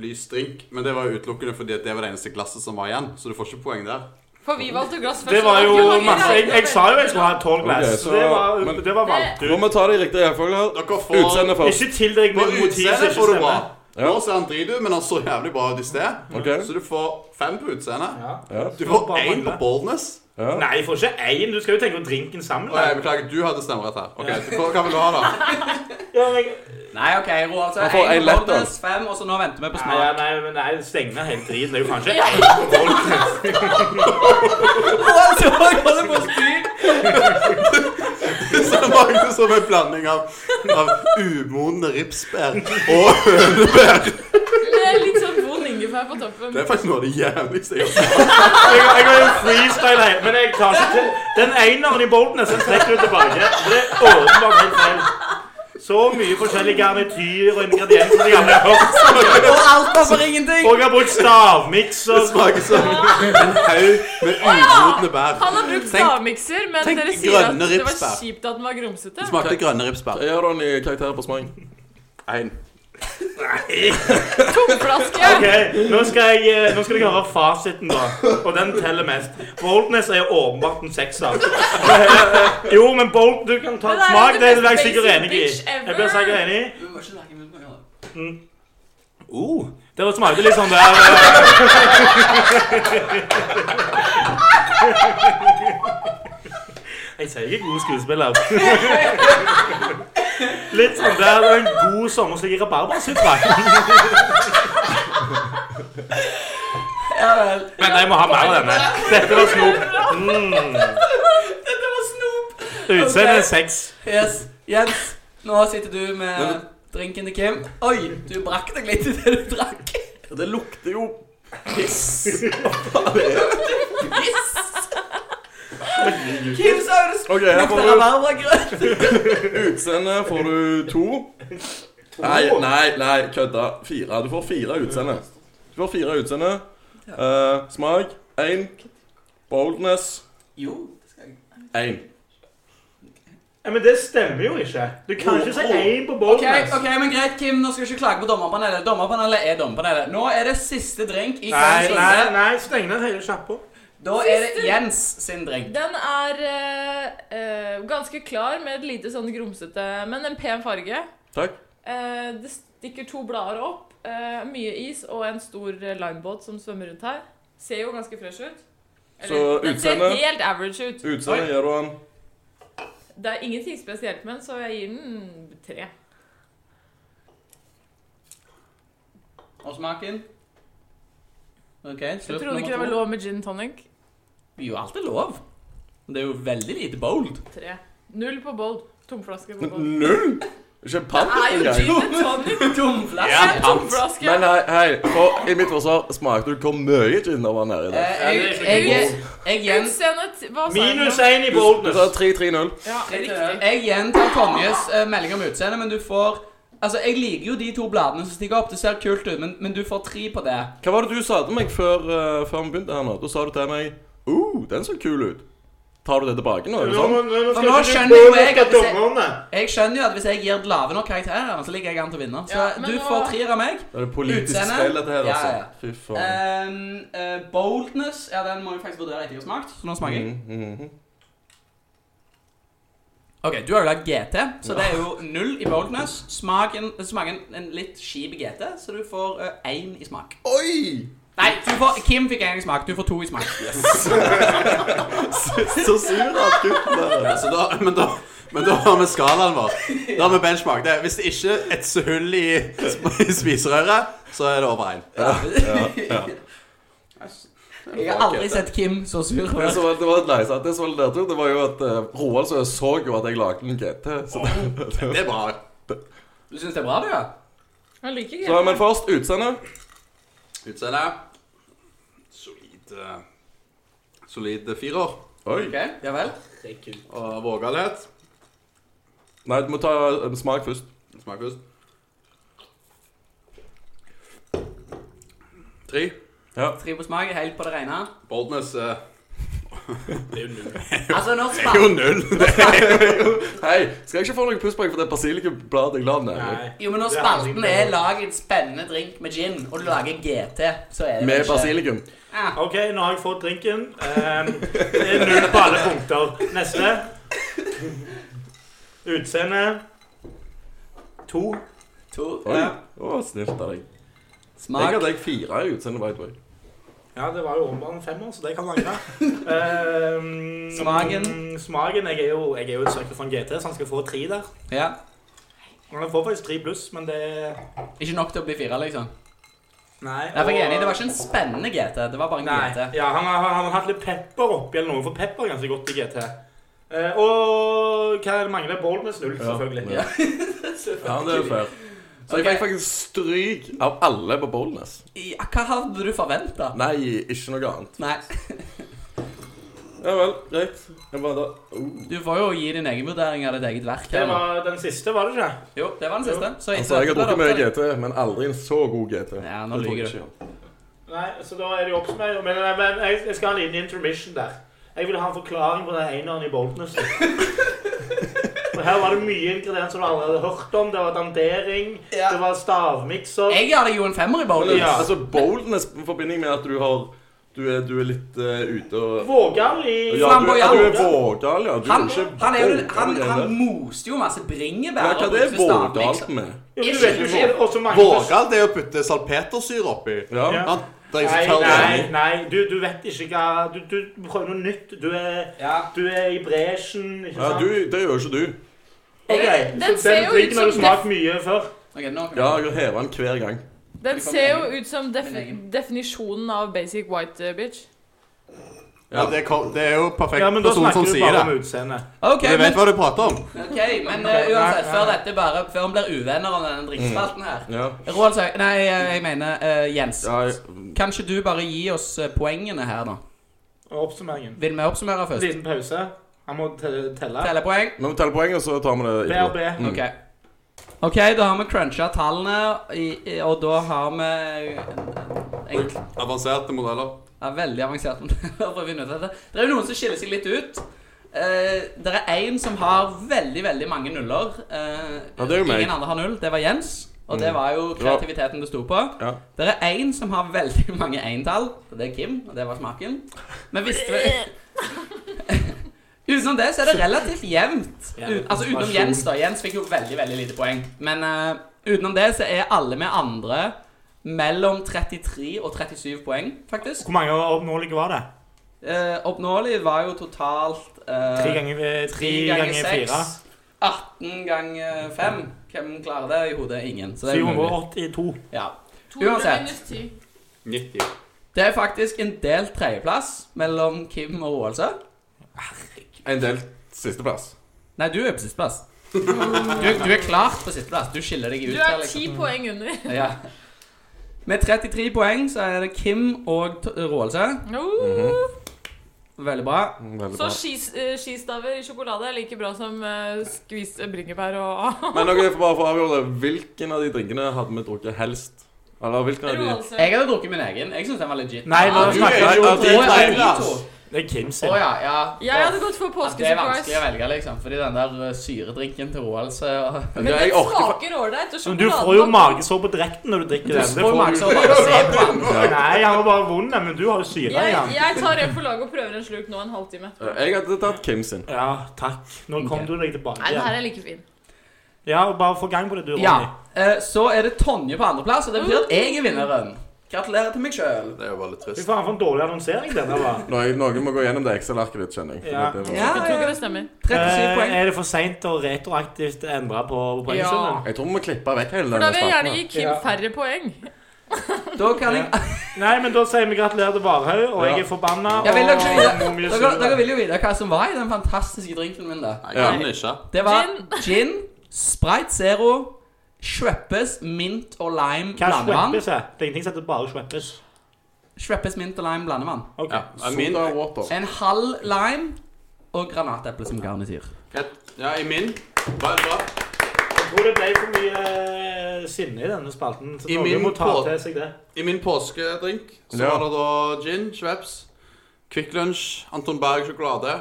B: lys drink. Men det var jo utelukkende fordi det var det eneste glasset som var igjen, så du får ikke poeng der.
E: For vi valgte glass først.
D: Det var
E: og
D: jo
E: dere
D: masse Jeg,
E: valgte
D: jeg sa jo jeg skulle ha tolv glass.
C: Ok,
D: så
C: så-
D: det var,
C: men-
D: det var valgt
C: Nå
D: ut.
C: må vi ta det i riktig rekkefølge her.
B: Dere får
C: Utseende først.
D: Ikke tildrikk
B: På
D: mitt motiv som
B: utseendet
D: ikke
B: får du bra.
D: stemmer.
C: Ja.
B: Nå ser han drit ut, men han så jævlig bra ut i sted.
C: Ok.
B: Så du får fem på utseendet.
D: Ja.
C: Ja.
B: Du
D: Skulle
B: får
D: bare
B: én
D: mangle.
B: på boldness.
C: Ja.
D: Nei, jeg får ikke én. Du skal jo tenke på drinken sammen.
B: Å, jeg
D: da.
B: beklager, du hadde stemmerett her. Ok, Hva hva vil du ha, da?
D: Ja, men,
A: Nei, OK, Roald. Så
C: Man
A: én
C: får en lett, da.
A: Boldness, fem, og så nå venter vi på
D: nei, ja,
A: smak.
D: nei, men nei, steng ned hele driten. Det er jo faen ikke én bolt.
A: Roald, så holder du på å spy.
B: Så det var jo som en blanding av, av umodne ripsbær og hønebær.
E: Med litt sånn vond ingefær på toppen.
B: Det er faktisk noe av det jævligste jeg har sett.
D: Jeg, jeg har jo freestyle her, men jeg tar ikke til. Den eneren i Boltness den trekker du tilbake. Det er åpenbart helt feil. Så mye forskjellige garnityr og ingredienser jeg aldri har hørt.
A: Og alt var for ingenting.
D: Og jeg har brukt stavmikser.
B: Det smaker som en haug med umodne bær.
E: Han har brukt
B: Tenk-
E: stavmikser, men
B: tenk
E: dere sier at
B: grønne
E: det var
B: ripsbær.
E: kjipt at den var grumsete.
B: Det smakte grønne ripsbær.
C: Jeg gir du en karakter på smang.
B: Én.
E: Tomflaske.
D: Ok, nå skal, jeg, eh, nå skal dere høre fasiten, da. Og den teller mest. Boltness er åpenbart en sekser. Eh, Jo, men Bolt, du kan ta
E: Men det er
D: smak.
E: jo
D: Det
E: the
D: er jeg
E: best
D: sikkert
E: basic
D: enig i.
E: bitch ever.
D: Jeg blir sikkert enig i.
A: Du må ikke lage med meg, da.
D: Uh, det smakte litt sånn der eh, Jeg sier ikke god skuespiller. Litt sånn der det er en god sommerstid i rabarbrasuppe.
A: Ja vel.
D: Men jeg må ha mer av denne. Dette var Mm. snop.
A: Dette var snop.
D: Utseendet
A: Ok.
D: er seks.
A: Yes. Jens, nå sitter du med drinken til Kim. Oi, du brakk deg litt i det du drakk.
C: Det lukter jo
A: Kim sa jo det
C: Ok, her får
A: smakte
C: du-
A: rabarbragrøt.
C: Utseende får du to. Nei, nei, nei, kødda. Fire. Du får fire utseende. Du får fire utseende. Eh, smak én. Boldness
A: Jo, det skal jeg.
C: én.
D: Ja, men det stemmer jo ikke. Du kan ikke si én på
A: Oh, Ok,
D: Boldness.
A: ok, men greit, Kim. Nå skal vi ikke klage på dommerpanelet. Dommerpanelet er dommerpanelet. Nå er det siste drink i
D: Nei,
A: kveldens
D: nei,
A: runde.
D: nei, steng ned hele sjappa.
A: Da er det
E: Siste-
A: Jens sin drink.
E: Den er eh, eh, ganske klar med et lite sånn grumsete, men en pen farge.
C: Takk.
E: Eh, det stikker to blader opp, eh, mye is og en stor eh, linebåt som svømmer rundt her. Ser jo ganske fresh ut.
C: Så
E: den ser
C: utseende-
E: helt average ut.
C: Utseende gir du han
E: Det er ingenting spesielt med den, så jeg gir den tre.
A: Og smaken? Ok,
E: Jeg
A: slurp
E: trodde ikke det
A: nummer
E: var
A: to.
E: lov med gin tonic.
A: Jo, alt er lov. Men det er jo veldig lite bold.
E: Tre. Null på bold. Tomflaske på bold.
C: null. Ikke pant
E: Det er jo
C: engang.
E: gin and tonic!
A: Tomflaske.
E: Det er tomflaske!
C: Men eh, hei, hei, for i mitt forsvar smakte du hvor mye gin det var nedi der.
A: Eh, Jeg, jeg, jeg, jeg, gjen-
E: Utseendet Hva sa jeg nå?
D: Minus én i
E: eh.
C: Du sa
D: Boldness.
C: 3-3-0.
E: Ja, riktig.
A: jeg gjentar Tonjes eh, melding om utseende, men du får Altså, Jeg liker jo de to bladene som stikker opp. Det ser kult ut, men, men du får tre på det.
C: Hva var det du sa til meg før, eh, før vi begynte her nå? Da sa du til meg Uh, den så kul ut. Tar du det tilbake nå? Er det sånn?
A: For nå skjønner jo jeg at hvis jeg-
D: dommerne.
A: Jeg skjønner jo at hvis jeg gir lave nok karakterer, så ligger jeg an til å vinne. Så
E: Ja, men
A: du
E: nå-
A: får tre av meg.
C: Er det politisk
A: Utseende?
C: spill, dette her,
A: Ja,
C: altså?
A: ja.
C: Fy faen.
A: Ehm, eh, boldness Ja, den må jeg faktisk vurdere etter jeg har smakt. Så nå smaker jeg.
C: Mm, mm, mm.
A: Ok, Du har jo lagd GT, så det er jo null i boldness. Smak en, smak en, en litt kjip GT, så du får eh, én i smak.
C: Oi!
A: Nei, du får, Kim fikk én i smak. Du får to i smak.
C: Så sur at gutten der.
B: Ja, så da, men, da, men da har vi skalaen vår. Da har vi benchmark. Det, er- hvis det ikke er et hull i, i spiserøret, så er det over én.
A: Jeg har aldri sett Kim så sur.
C: Det
A: før.
C: som var, det var litt lei seg at jeg så litt nedtur, det var jo at eh, Roald så, så jo at jeg lagde en GT. Så, det,
B: Det er bra.
A: Du syns det er bra, du? ja?
E: Han liker
C: så,
E: greit.
C: men først utseende.
B: Utseende Solid eh, Solid firer.
C: Oi.
A: Ok, ja vel. Det er kult.
B: Og vågalhet.
C: Nei, du må ta eh, smak først.
B: Smak først. Tre.
C: Ja.
A: Tre på smak, helt på det rene.
B: Boldness eh,
A: Altså, når
B: er jo
A: smak...
B: null.
C: Hei, skal jeg ikke få noe plusspoeng for det basilikumbladet jeg la ned?
A: Jo, men når spalten er 'lag en spennende drink med gin', og du lager GT, så er det
C: Med
A: ikke-
C: basilikum.
A: Ah,
D: OK, nå har jeg fått drinken. Ehm, det er null på alle punkter. Neste. Utseende. To.
A: to,
C: Oi,
A: ja.
C: det var snilt av deg. Jeg
A: Smak.
C: ga deg fire i utseendet, by the way.
D: Ja, det var jo åpenbart en femmer, så det kan man angre. Ehm,
A: Smaken?
D: Smaken, Jeg er jo, jeg er jo et søker for en GT, så han skal få tre der.
A: Ja.
D: Han får faktisk tre pluss, men det
A: Ikke nok til å bli fire, liksom.
D: Nei.
A: Nei, for jeg er
D: og-
A: enig, Det var ikke en spennende GT. Det var bare en
D: Nei.
A: GT.
D: Ja, han har, han har hatt litt pepper oppi eller noe, for pepper er ganske godt i GT. Eh, og hva er det mangler? Boldness null, selvfølgelig.
C: Ja. Ja, det er fair. Så jeg
A: Ok.
C: fikk faktisk stryk av alle på Boldness.
A: Ja, hva hadde du forventa?
C: Nei, ikke noe annet.
A: Nei.
C: Ja vel, greit. Jeg bare da oh.
A: Du får jo gi din egen vurdering av ditt eget verk.
D: Det
A: her nå.
D: var den siste, var det ikke?
A: Jo, det var den siste. Så
C: Altså, jeg har drukket mye
A: opp til deg.
C: GT, men aldri en så god GT.
A: Ja, nå
C: Det tror jeg
A: lyver du.
C: ikke.
D: Nei, så da er det jo oppsummering. Men, men jeg, jeg skal ha en liten intermission der. Jeg vil ha en forklaring på den eneren i Boldness. For her var det mye ingredienser du aldri hadde hørt om. Det var dandering,
A: Ja.
D: det var stavmikser
A: Jeg ga deg jo en femmer i bowling.
D: Ja.
C: Altså, Boldness i forbinding med at du har Du er, du er litt eh, ute og
D: Vågal i
C: ja, du, ja, du er vågal, ja. Du
A: Han,
C: er ikke
A: han, er jo,
C: vågal,
A: han,
C: det er
A: han
C: det.
A: moste jo masse
C: Ja,
A: bringebær.
C: hva
A: og
C: det er
A: brukte stavmikser.
C: vågalt med?
D: Jo, men du vet jo ikke, og så mange
B: Vågal det er å putte salpetersyre oppi.
C: Ja.
D: Ja.
B: Han, Ah, det er
D: Nei,
B: ikke
D: nei,
B: tørr.
D: nei. Du, du vet ikke hva Du, du prøver noe nytt. Du er,
A: Ja.
D: du er i bresjen, ikke
C: Ja,
D: sant?
C: du, det gjør ikke du.
D: Ok,
E: Den
D: så
E: ser jo
D: Den
E: ut
D: drinken har du
E: som
D: smakt mye før.
A: Ok, nå kan
C: Ja,
A: vi-
C: jeg hever den hver gang.
E: Den
A: Vi kommer
E: ser
A: med
E: jo ut som def
A: Med egen.
E: definisjonen av basic white eh, bitch.
B: Ja, det, kom, det er jo perfekt
D: Ja, men da
B: person
D: snakker
B: som
D: du
B: sier
D: bare om
B: det.
D: utseendet.
A: Ok,
B: Jeg
A: men,
B: vet hva du prater om.
A: ok, men eh,
D: Nei,
A: uansett,
D: nei,
A: før
D: nei.
A: dette bare Før han blir uvenner av
C: Mm.
A: denne drikkespalten her
C: Ja.
A: Roald Sø- Nei, eh, jeg mener eh, Jens.
C: Ja, jeg,
A: Kan ikke du bare gi oss eh, poengene her, da?
D: Og oppsummeringen.
A: Vil vi oppsummere først?
D: Liten pause. Han må te- telle.
A: Telle Mm. poeng?
C: men vi teller poeng, og så tar vi det etterpå.
D: B og B.
A: Ok. Ok, da har vi cruncha tallene, i, i, og da har vi en,
B: Avanserte modeller.
A: ja, veldig avansert modell for å finne ut av dette. Det er jo noen som skiller seg litt ut. Eh, det er én som har veldig, veldig mange nuller. Eh,
C: Ja, det er jo meg. Mm.
A: Ingen andre har null. Det var Jens, og det var jo kreativiteten det sto på.
C: Ja.
A: Det er én som har veldig mange entall. og Det er Kim, og det var smaken. Men visste vi Utenom det så er det relativt jevnt. U altså utenom Jens, da. Jens fikk jo veldig veldig lite poeng. Men eh, utenom det så er alle vi andre mellom 33 og 37 poeng, faktisk.
D: Hvor mange oppnåelige var det?
A: Eh, oppnåelig var jo totalt eh,
D: Tre ganger, tre ganger fire.
A: 18 ganger 5. Hvem klarer det i hodet? Ingen. Så det er umulig.
D: 782.
A: Ja.
E: 200
A: Uansett.
E: minus 10.
B: 90.
A: Det er faktisk en delt tredjeplass mellom Kim og Roaldsø.
C: En del sisteplass.
A: Nei, du er på sisteplass. Du, du er klart på sisteplass. Du skiller deg ut.
E: Du
A: her, liksom.
E: er 10 poeng under.
A: Ja. Med 33 poeng så er det Kim og T- Roaldsø.
E: Oh,
A: Veldig bra.
C: Veldig
E: så
C: bra.
E: skis, eh, skistaver i sjokolade er like bra som uh, skvist bringebær og
C: Men dere får bare få avgjøre det. Hvilken av de drinkene hadde vi drukket helst? Eller hvilken av de
E: roalse.
A: Jeg hadde drukket min egen. Jeg syns den var legit.
D: Nei, nå
A: Ah, du-
D: snakker
C: er
D: jeg
C: jo-
D: om
A: Å, ja, de to.
D: Det er Kim
A: Å
D: sin.
A: ja, ja.
E: Jeg hadde gått for
A: ja, det er vanskelig å
E: påskesurprise.
A: velge, liksom. Fordi den der eh, syredrinken til Roaldsø og
E: Men
C: Ja, jeg
E: den
C: orker fa-
E: smaker ålreit. og
D: Men du får jo
E: sjokoladen-
D: magesår på direkten når du drikker
A: Du
D: den. Det
A: får
D: får
A: maksår
D: du.
A: bare å se på den.
D: Nei, han var bare vond, men du har jo syre i
E: Jeg,
D: han.
E: jeg tar en for laget og prøver en slurk nå en halvtime.
C: Eh, Jeg hadde tatt Kim sin.
D: Ja, takk. Nå kom
A: Ok.
D: du deg tilbake
E: Nei, den her
D: igjen.
E: er like fin.
D: Ja, og bare få gang på det, du,
A: Ja.
D: Ronny.
A: eh, Så er det Tonje på andreplass, og det betyr at jeg er vinneren. Gratulerer til meg sjøl.
B: Det er jo bare litt
D: Fy
B: trist.
D: faen, for en dårlig annonsering denne var.
C: Noen, noen må gå gjennom det Excel-arket ditt, kjenner jeg.
D: Ja.
C: Det var-
A: Ja,
E: Jeg tror ikke det stemmer.
A: 37
D: Eh,
A: poeng.
D: er det for seint å retroaktivt endre på poengsummen?
C: Jeg tror vi må klippe vekk hele
E: For da vil jeg gjerne
C: spalten
E: gi Kim
D: Ja.
E: færre poeng.
A: Da kan jeg
D: Nei, men da sier vi gratulerer til Varhaug, og jeg er forbanna.
A: Jeg vil dere,
D: og
A: vite,
D: nå må vi
A: dere,
D: snu.
A: dere vil jo vite hva som var i den fantastiske drinken min. da
B: Nei, jeg kan ikke.
A: Det var gin, Sprite Zero, Schweppes, mint og lime
D: Hva er
A: blandevann.
D: Schweppes? er? Det er ingenting som heter bare Schweppes.
A: Schweppes, mint og lime blandevann.
D: Ok.
B: Ja,
C: her.
B: I, min,
C: Soda water.
A: En halv lime og granatepple som garnityr.
B: ja, I min Bare bra.
D: Jeg tror det ble for mye eh, sinne i denne spalten, så
B: I
D: noen
B: min
D: må ta
B: på-
D: til seg det.
B: I min påskedrink så
C: Ja.
B: var det da gin, Schweppes, Kvikk Lunsj, Anton Berg sjokolade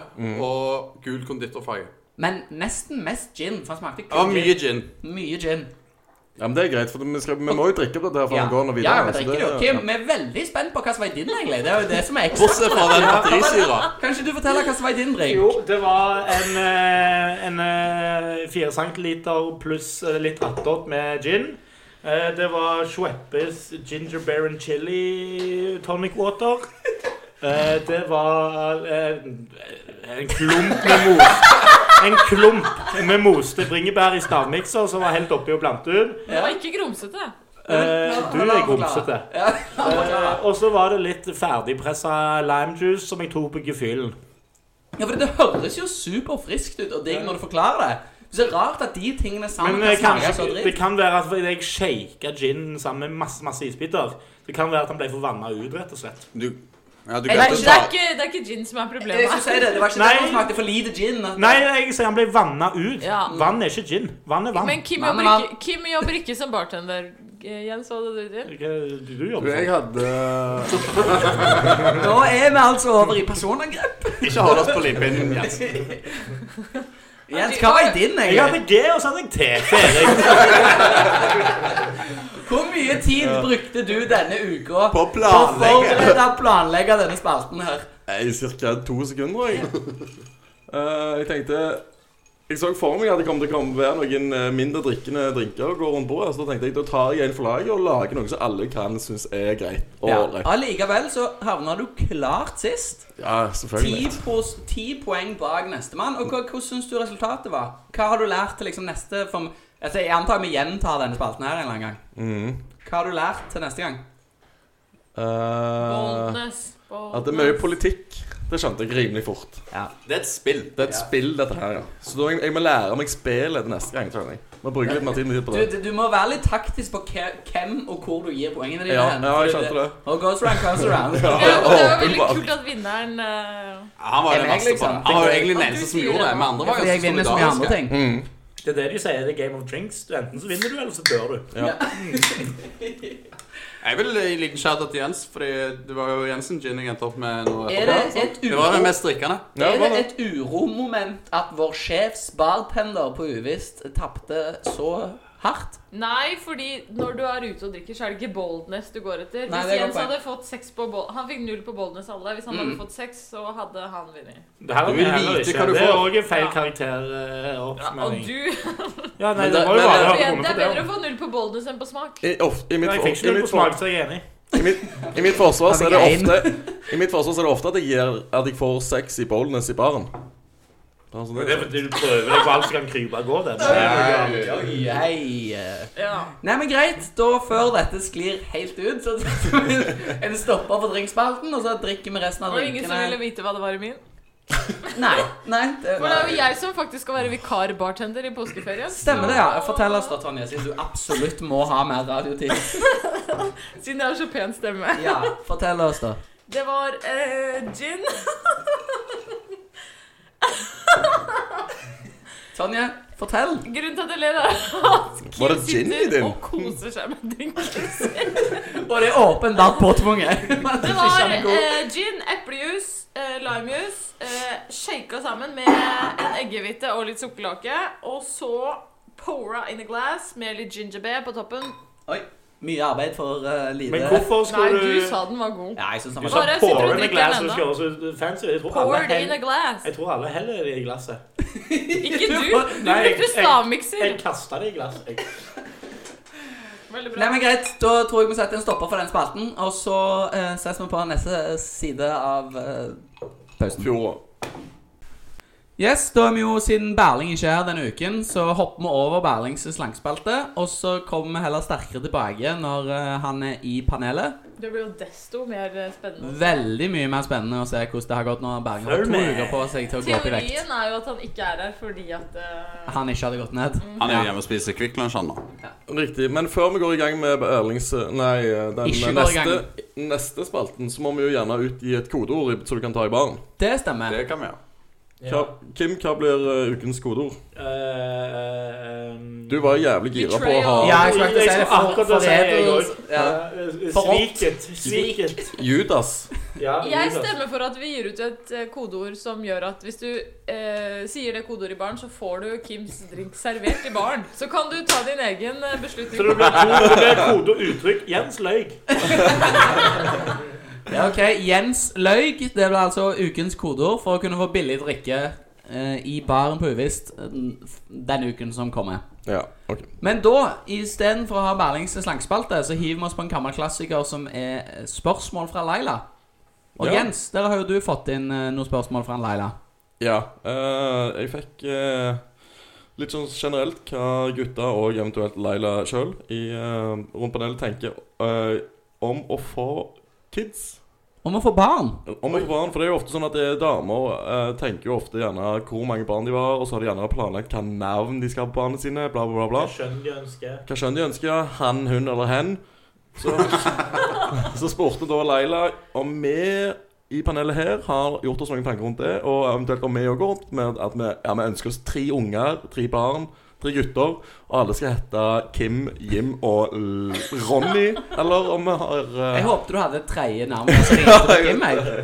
B: og gul konditorfarge.
A: Men nesten mest gin, for han smakte
B: Det var
A: kun
B: mye gin.
A: Mye gin.
C: Ja, men Det er greit, for vi, skal, vi må jo drikke på dette her for
A: Ja,
C: å gå
A: ja
C: noe
A: vi
C: videre. så
A: drikker jo.
C: det-
A: Kim, vi er veldig spent på hva som var i din, egentlig. Det er jo det som er ekstra.
B: Bortsett fra den batterisyra.
A: Kan ikke du fortelle hva som var i din drink?
D: Jo, det var en, eh, en eh, 4 centiliter pluss eh, litt attåt med gin. eh, Eh, Det var Schweppes ginger bear and chili tonic water. Eh, Det var eh, en klump med mos. En klump med moste bringebær i stavmikser som var helt oppi og blandet ut.
E: Det var ikke grumsete.
D: Eh, Du er grumsete.
A: Ja.
D: Eh, Og så var det litt ferdigpressa limejuice som jeg tok på gefühlen.
A: ja, for det høres jo superfriskt ut og digg når du forklarer det. Så det er rart at de tingene sammen
D: Men eh,
A: kan smake så
D: kanskje, det
A: dritt.
D: kan være at fordi jeg shaka ginen sammen med masse masse isbiter, det kan være at den ble for vanna ut, rett og slett.
B: Du, ja, du
E: Det
B: glemte
E: er, ikke,
B: å
E: det, er
B: ta
E: ikke, det er ikke gin som er
A: Jeg skulle
E: problemet.
A: si det, det var ikke
D: Nei.
A: det som smakte for lite gin. at-
D: Nei, jeg sier han ble vanna ut.
E: Ja.
D: Vann er ikke gin. Vann er vann.
E: Men Kim
A: Nei,
E: jobber
A: men
E: ikke, Kim jobber ikke som bartender. Eh, Jens, hva hadde du til?
D: Hva er det eh, du
F: Du,
D: jobber
F: jeg
D: for?
F: hadde
A: Nå er vi altså over i personangrep.
B: Ikke hold oss på limpinnen, Jens.
A: Jens, hva var din,
D: Jeg hadde
A: egentlig?
D: G, og så hadde jeg T til Erik.
A: Hvor mye tid brukte du denne uka
B: På
A: på å
B: å planlegge.
A: forberede og planlegge denne spalten her?
C: I ca. to sekunder. Jeg. Eh, jeg tenkte Jeg så for meg at det kom til å komme være noen eh, mindre drikkende drinker å gå rundt bordet. Så da tenkte jeg da tar jeg en for laget og lager noe som alle kan synes er greit. Og
A: Ja.
C: ålreit.
A: Allikevel så havna du klart sist.
C: Ja,
A: Ti,
C: selvfølgelig.
A: pos- ti poeng bak nestemann. Og hva, hvordan syns du resultatet var? Hva har du lært til liksom neste form... Altså, Jeg antar vi gjentar denne spalten her en eller annen gang.
C: Mhm.
A: Hva har du lært til neste gang?
C: Eh,
E: Boldness.
C: at det er mye politikk. Det skjønte jeg rimelig fort.
B: Det er et spill.
C: Det er et spill, dette her, ja. Så da jeg, jeg må lære meg spillet til neste gang. tror jeg Må bruke litt mer tid med tid på
A: Du,
C: det.
A: du, du må være litt taktisk på hva- hvem og hvor du gir poengene dine.
C: Ja,
A: hen,
C: ja,
A: fordi
C: jeg skjønte det.
A: What goes round, comes around.
C: Ja,
E: Ja, det var veldig
C: åpenbart.
E: kult at vinneren eh,
B: Han var,
A: Er
B: jo den
A: meg,
B: verste på
A: liksom?
B: den. han var jo egentlig den eneste som gjorde det. Men andre var
A: Fordi jeg
B: ganske
A: vinner så mye andre
B: solidariske.
A: ting.
D: Det er det de sier. Det er Game of Drinks. Du, enten så vinner du, eller så dør du.
B: Jeg vil gi en liten shout til Jens, Fordi det var jo Jensen gin jeg endte opp med nå.
A: Er det
B: etterpå.
A: et
B: Det var den
A: uro...
B: mest drikkende.
C: Ja,
A: Er
C: hva
A: det
C: da?
A: et uromoment at vår sjefs bartender på Uvisst tapte så hardt?
E: Nei, fordi når du er ute og drikker, så er det ikke boldness du går etter.
A: Nei,
E: Hvis
A: det er godt poeng.
E: Jens
A: Mm.
E: hadde fått seks på bold... Han fikk null på boldness alle. Hvis han hadde fått seks, så hadde han vunnet.
D: Det her
B: Du vil
D: er heller
B: vite
D: ikke.
B: hva du
D: Det er
B: får.
D: òg en feil
E: Ja. Og
D: karakteroppmelding.
E: du
D: Ja, nei,
B: Men
D: det
B: det-
D: var jo
B: men
D: bare å
E: Det
D: ha
E: er
D: kommet på det.
E: bedre å få null på boldness enn på smak.
C: I, of, i mitt,
D: Ja, Jeg fikk
C: for- i
D: ikke noe
C: mitt
D: på
C: for-
D: smak, så jeg er enig.
C: I mitt, i mitt forsvar så er det
A: Hadde jeg
C: ofte I mitt forsvar så er det ofte at jeg, gir, at jeg får sex i boldness i baren. Bare sånn
D: Det er
C: det.
D: fordi du prøver deg på alt som kan krype av gårde.
A: Nei.
E: Ja.
A: Nei, men greit. Da før dette sklir helt ut, så tar vi en stopper på drinkspalten, og så drikker vi resten av
E: Og ingen som ville
A: drinkene.
E: vite hva det var i min.
A: Nei. nei det,
E: For det er jo jeg som faktisk skal være vikarbartender i påskeferien.
A: Stemmer det, ja. Fortell oss da, Tonje, siden du absolutt må ha mer radiotid.
E: Siden jeg har så pen stemme.
A: Ja, fortell oss da.
E: Det var eh, gin.
A: Tonje, fortell.
E: Grunnen til at jeg ler, er at
C: Var
E: Kim
C: det gin i
E: sitter
C: din?
E: og koser seg med drinken sin.
A: Og det er åpenbart påtvunget.
E: Det var eh, gin, eplejus, eh, limejus, eh, shaka sammen med en eggehvite og litt sukkerlake. Og så pora in a glass med litt gingerbær på toppen.
A: Oi, mye arbeid for uh, Line.
D: Men hvorfor
E: Nei,
D: skulle
E: du
D: du
E: sa den var god.
A: Ja, jeg synes han
D: Du
A: var
D: sa
E: Bare sitter og
D: pour in a
E: drikker
D: glass
E: den
D: og skal høres ut fancy. Jeg tror alle
E: Poured in a
D: heller-
E: glass.
D: jeg tror alle heller det i glasset.
E: Ikke du. Du
D: Nei, jeg-
E: brukte stavmikser.
D: Jeg kasta det i glasset. Jeg-
E: Veldig
A: Nei,
E: bra.
A: men greit, da tror jeg vi setter en stopper for den spalten, og så eh, ses vi på neste side av eh, pausen.
C: Fjorda.
A: Yes, da er vi jo, siden Berling ikke er her denne uken, så hopper vi over Berlings slangspalte, og så kommer vi heller sterkere tilbake når eh, han er i panelet.
E: Det blir jo desto mer eh, spennende.
A: Veldig mye mer spennende å se hvordan det har gått når Berling har
D: Følg
A: hatt to
D: med.
A: uker på seg til å gå opp i vekt.
E: Teorien er jo at han ikke er her fordi at eh,
A: Han ikke hadde gått ned.
B: Han er jo hjemme og spiser Kvikk Lunsj, han nå.
C: Riktig. Men før vi går i gang med Erlings Nei, den
A: Ikke går i
C: neste, neste spalten, så må vi jo gjerne utgi et kodeord så du kan ta i baren.
A: Det stemmer.
B: Det kan vi gjøre.
C: Hva- Kim, hva blir eh, ukens kodeord?
D: Eh, um,
C: Du var jævlig gira på å ha
A: Ja, jeg skulle akkurat si det. For-
D: akkurat si det, jeg
A: forrædelse.
D: også.
A: Ja.
D: Eh,
A: Forrådt.
D: Sviket. Sviket.
C: Judas.
D: Ja,
E: Jeg
D: Judas.
E: stemmer for at vi gir ut et eh, kodeord som gjør at hvis du eh, sier det kodeordet i baren, så får du Kims drink servert i baren. Så kan du ta din egen
D: Så
E: eh,
D: det
E: beslutning.
D: blir to det blir kode og uttrykk. Jens løy.
A: Ja, ok, Jens Løyg, det blir altså ukens kodeord for å kunne få billig drikke eh, i baren på Uvisst eh, den uken som kommer.
C: Ja, ok.
A: Men da, istedenfor å ha Berlings slangspalte, så hiver vi oss på en gammel klassiker som er spørsmål fra Laila. Og
C: Ja.
A: Jens, der har jo du fått inn eh, noen spørsmål fra en Laila.
C: Ja. eh, jeg fikk eh, litt sånn generelt hva gutta og eventuelt Laila sjøl i eh, rundt panelet tenker eh, om å få kids.
A: Om å få barn.
C: Om å få barn, for det er jo ofte sånn at det er damer eh, tenker jo ofte gjerne hvor mange barn de var, og så har de gjerne planlagt hva navn de skal ha på barna sine, bla, bla, bla. bla.
D: Skjønn de ønsker.
C: Hva skjønn de ønsker, ja. han, hun eller hen. Så, så spurte da Leila om vi i panelet her har gjort oss noen tanker rundt det, og eventuelt om vi òg går rundt med at vi, ja, vi ønsker oss tre unger, tre barn, tre gutter, og alle skal hete Kim, Jim og L- Ronny, eller om vi har eh,
A: Jeg håpte du hadde et tredje navn. og så ringte du Kim, jeg.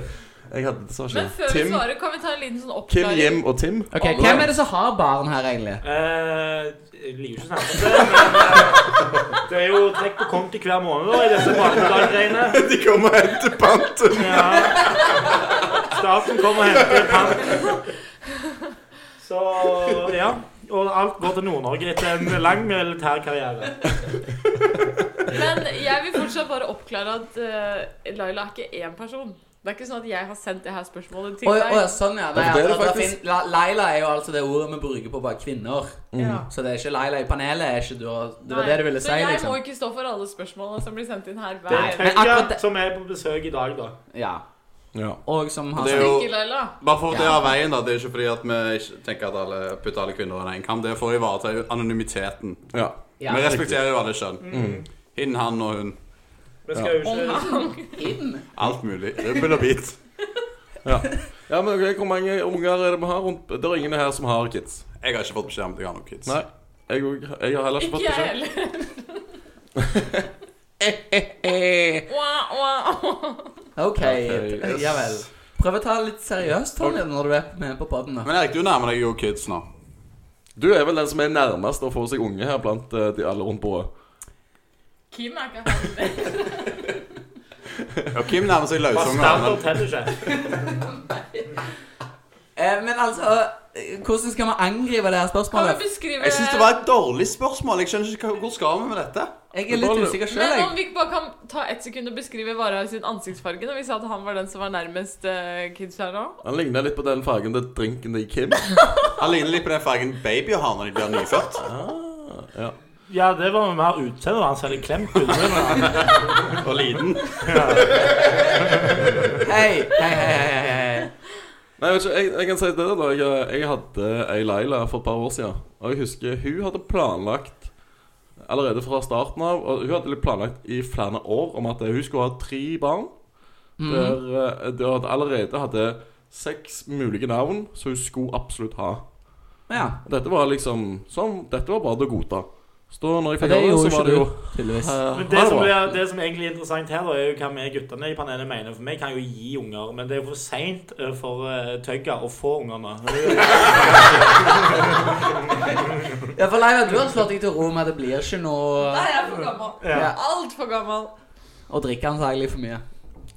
C: Jeg hadde det så
E: Men
C: ikke.
E: før vi
C: Tim,
E: svarer, kan vi ta en liten sånn
C: Kim,
E: oppklaring.
C: Jim og Tim.
A: Ok, Hvem er det som har barn her, egentlig?
D: Eh, jeg liker jo ikke å snakke om det, men eh, det er jo trekk på konti hver måned da, i disse barnedaggreiene.
B: De kommer og henter panten.
D: Ja. Staten kommer og henter pant. Så ja. Og alt går til Nord-Norge etter en lang militær karriere.
E: Men jeg vil fortsatt bare oppklare at eh, Laila er ikke én person. Det er ikke sånn at jeg har sendt det her spørsmålet til
A: Oi,
E: deg.
A: oi, sånn, ja. Nei,
C: Ja, for det er det
A: altså, det
C: faktisk.
A: fin- La- Laila er jo altså det ordet vi bruker på bare kvinner.
E: Ja.
A: Så det er ikke Laila i panelet. Er ikke du, og- Mm. det var
E: Nei,
A: det du ville si,
E: Så jeg
A: liksom.
E: må ikke stå for alle spørsmålene som blir sendt inn her
D: Det
E: hver
D: er
A: men
D: Tøya
A: akkurat det-
D: som er på besøk i dag, da.
A: Ja.
C: Ja.
A: Og som har
B: Det er jo-
E: Ikke Laila.
B: Bare for det av veien, da. Det er ikke fordi at vi ikke tenker at alle putter alle kvinner under en kam. Det er for å ivareta anonymiteten.
C: ja.
A: Ja.
B: Vi respekterer jo alle kjønn. Hin, han og hun.
D: Vi skal jo ikke
A: Inn.
B: Alt mulig. Rubbel og bit.
C: ja, men ok, Hvor mange unger er det vi har rundt Det er ingen her som har kids.
B: Jeg har ikke fått beskjed om at jeg har noen kids.
C: Nei. Jeg, og- jeg har heller ikke fått
E: Ikke jeg
C: beskjed.
E: heller. Eh, Wow, wow.
A: Ok,
C: Ok,
A: ja vel. Prøv å ta det litt seriøst Tonje, når du er med på podden. Da.
B: Men Erik, du nærmer deg jo kids nå.
C: Du er vel den som er nærmest å få seg unge her blant eh, de alle rundt bordet.
E: Kim er ikke her.
B: Og Kim nærmer seg
C: sånn
B: løsunger.
D: Bastarder
B: men-
D: teller ikke.
A: Eh, men altså, eh, hvordan skal vi angrive det her
E: Kan
A: spørsmålet?
E: vi beskrive
B: Jeg syns det var et dårlig spørsmål. Jeg skjønner ikke hva- Hvor skal vi med dette?
A: Jeg er litt usikker sjøl,
E: Men om
A: jeg.
E: vi bare kan ta ett sekund og beskrive Varhaug sin ansiktsfarge når vi sa at han var den som var nærmest uh, kids her nå?
C: Han ligner litt på den fargen til drinken til Kim.
B: Han ligner litt på den fargen babyer har når de blir nyfødt.
D: Ja, det var mer utseendet hans, eller klemt under.
B: Og liten.
A: Hei, hei, hei, hei, hei.
C: Nei, vet ikke, jeg, jeg kan si det da jeg, jeg hadde ei Laila for et par år siden. Og jeg husker hun hadde planlagt allerede fra starten av Og hun hadde litt planlagt i flere år om at hun skulle ha tre barn.
A: Mhm.
C: Der, eh, der hun allerede hadde seks mulige navn som hun skulle absolutt ha.
A: Ja,
C: Dette var liksom sånn, Dette var bare til å godta. Så da når jeg
A: og
C: fikk
A: det
C: høre,
A: gjorde
C: så
A: ikke
C: var det
A: du,
C: jo
A: tydeligvis.
C: eh,
D: Men
C: ha
D: det som,
C: bra.
D: er, det som egentlig er interessant her, da, er jo hva vi guttene i panelet mener. For vi kan jo gi unger, men det er jo for seint for eh, Tøgga å få ungene.
A: Ja, for Leila, du har slått deg til ro med at det blir ikke noe
E: Nei, jeg er for gammel.
D: Ja.
E: Altfor gammel.
A: å drikke antagelig for mye.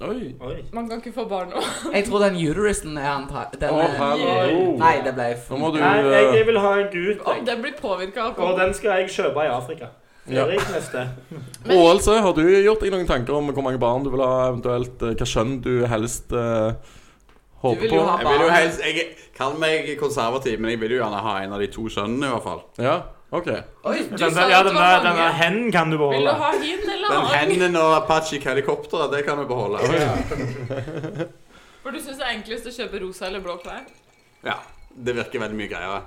C: Oi.
D: Oi.
E: Man kan ikke få barn nå.
A: Jeg tror den uterusen er antagelig
C: Å, hallo.
A: Nei, det ble
C: Nå må
A: for
C: du
D: Nei, jeg, jeg
C: eh,
D: vil ha en gut,
E: Om
D: jeg.
E: den blir påvirka av
D: og
E: alkohol.
D: den skal jeg kjøpe i Afrika.
C: Ja.
D: Erik neste.
C: Roald, altså, har du gjort deg noen tanker om hvor mange barn du vil ha, eventuelt eh, hva skjønn du helst eh,
A: Du
C: håper
A: vil jo
C: på?
A: ha-
B: Jeg vil jo helst Jeg kan meg konservativ, men jeg vil jo gjerne ha en av de to skjønnene, i hvert fall.
C: Ja, OK.
E: Oi, du
D: Den
E: sa
D: der, ja,
E: at det
D: den
E: var
D: der,
E: mange.
D: den der hen kan du
E: Vil du
D: beholde.
E: ha hin eller
B: Den
E: han?
B: henden og Apache-helikopteret, det kan vi beholde.
E: For du syns det er enklest å kjøpe rosa eller blå klær?
B: Ja, Det virker veldig mye greiere.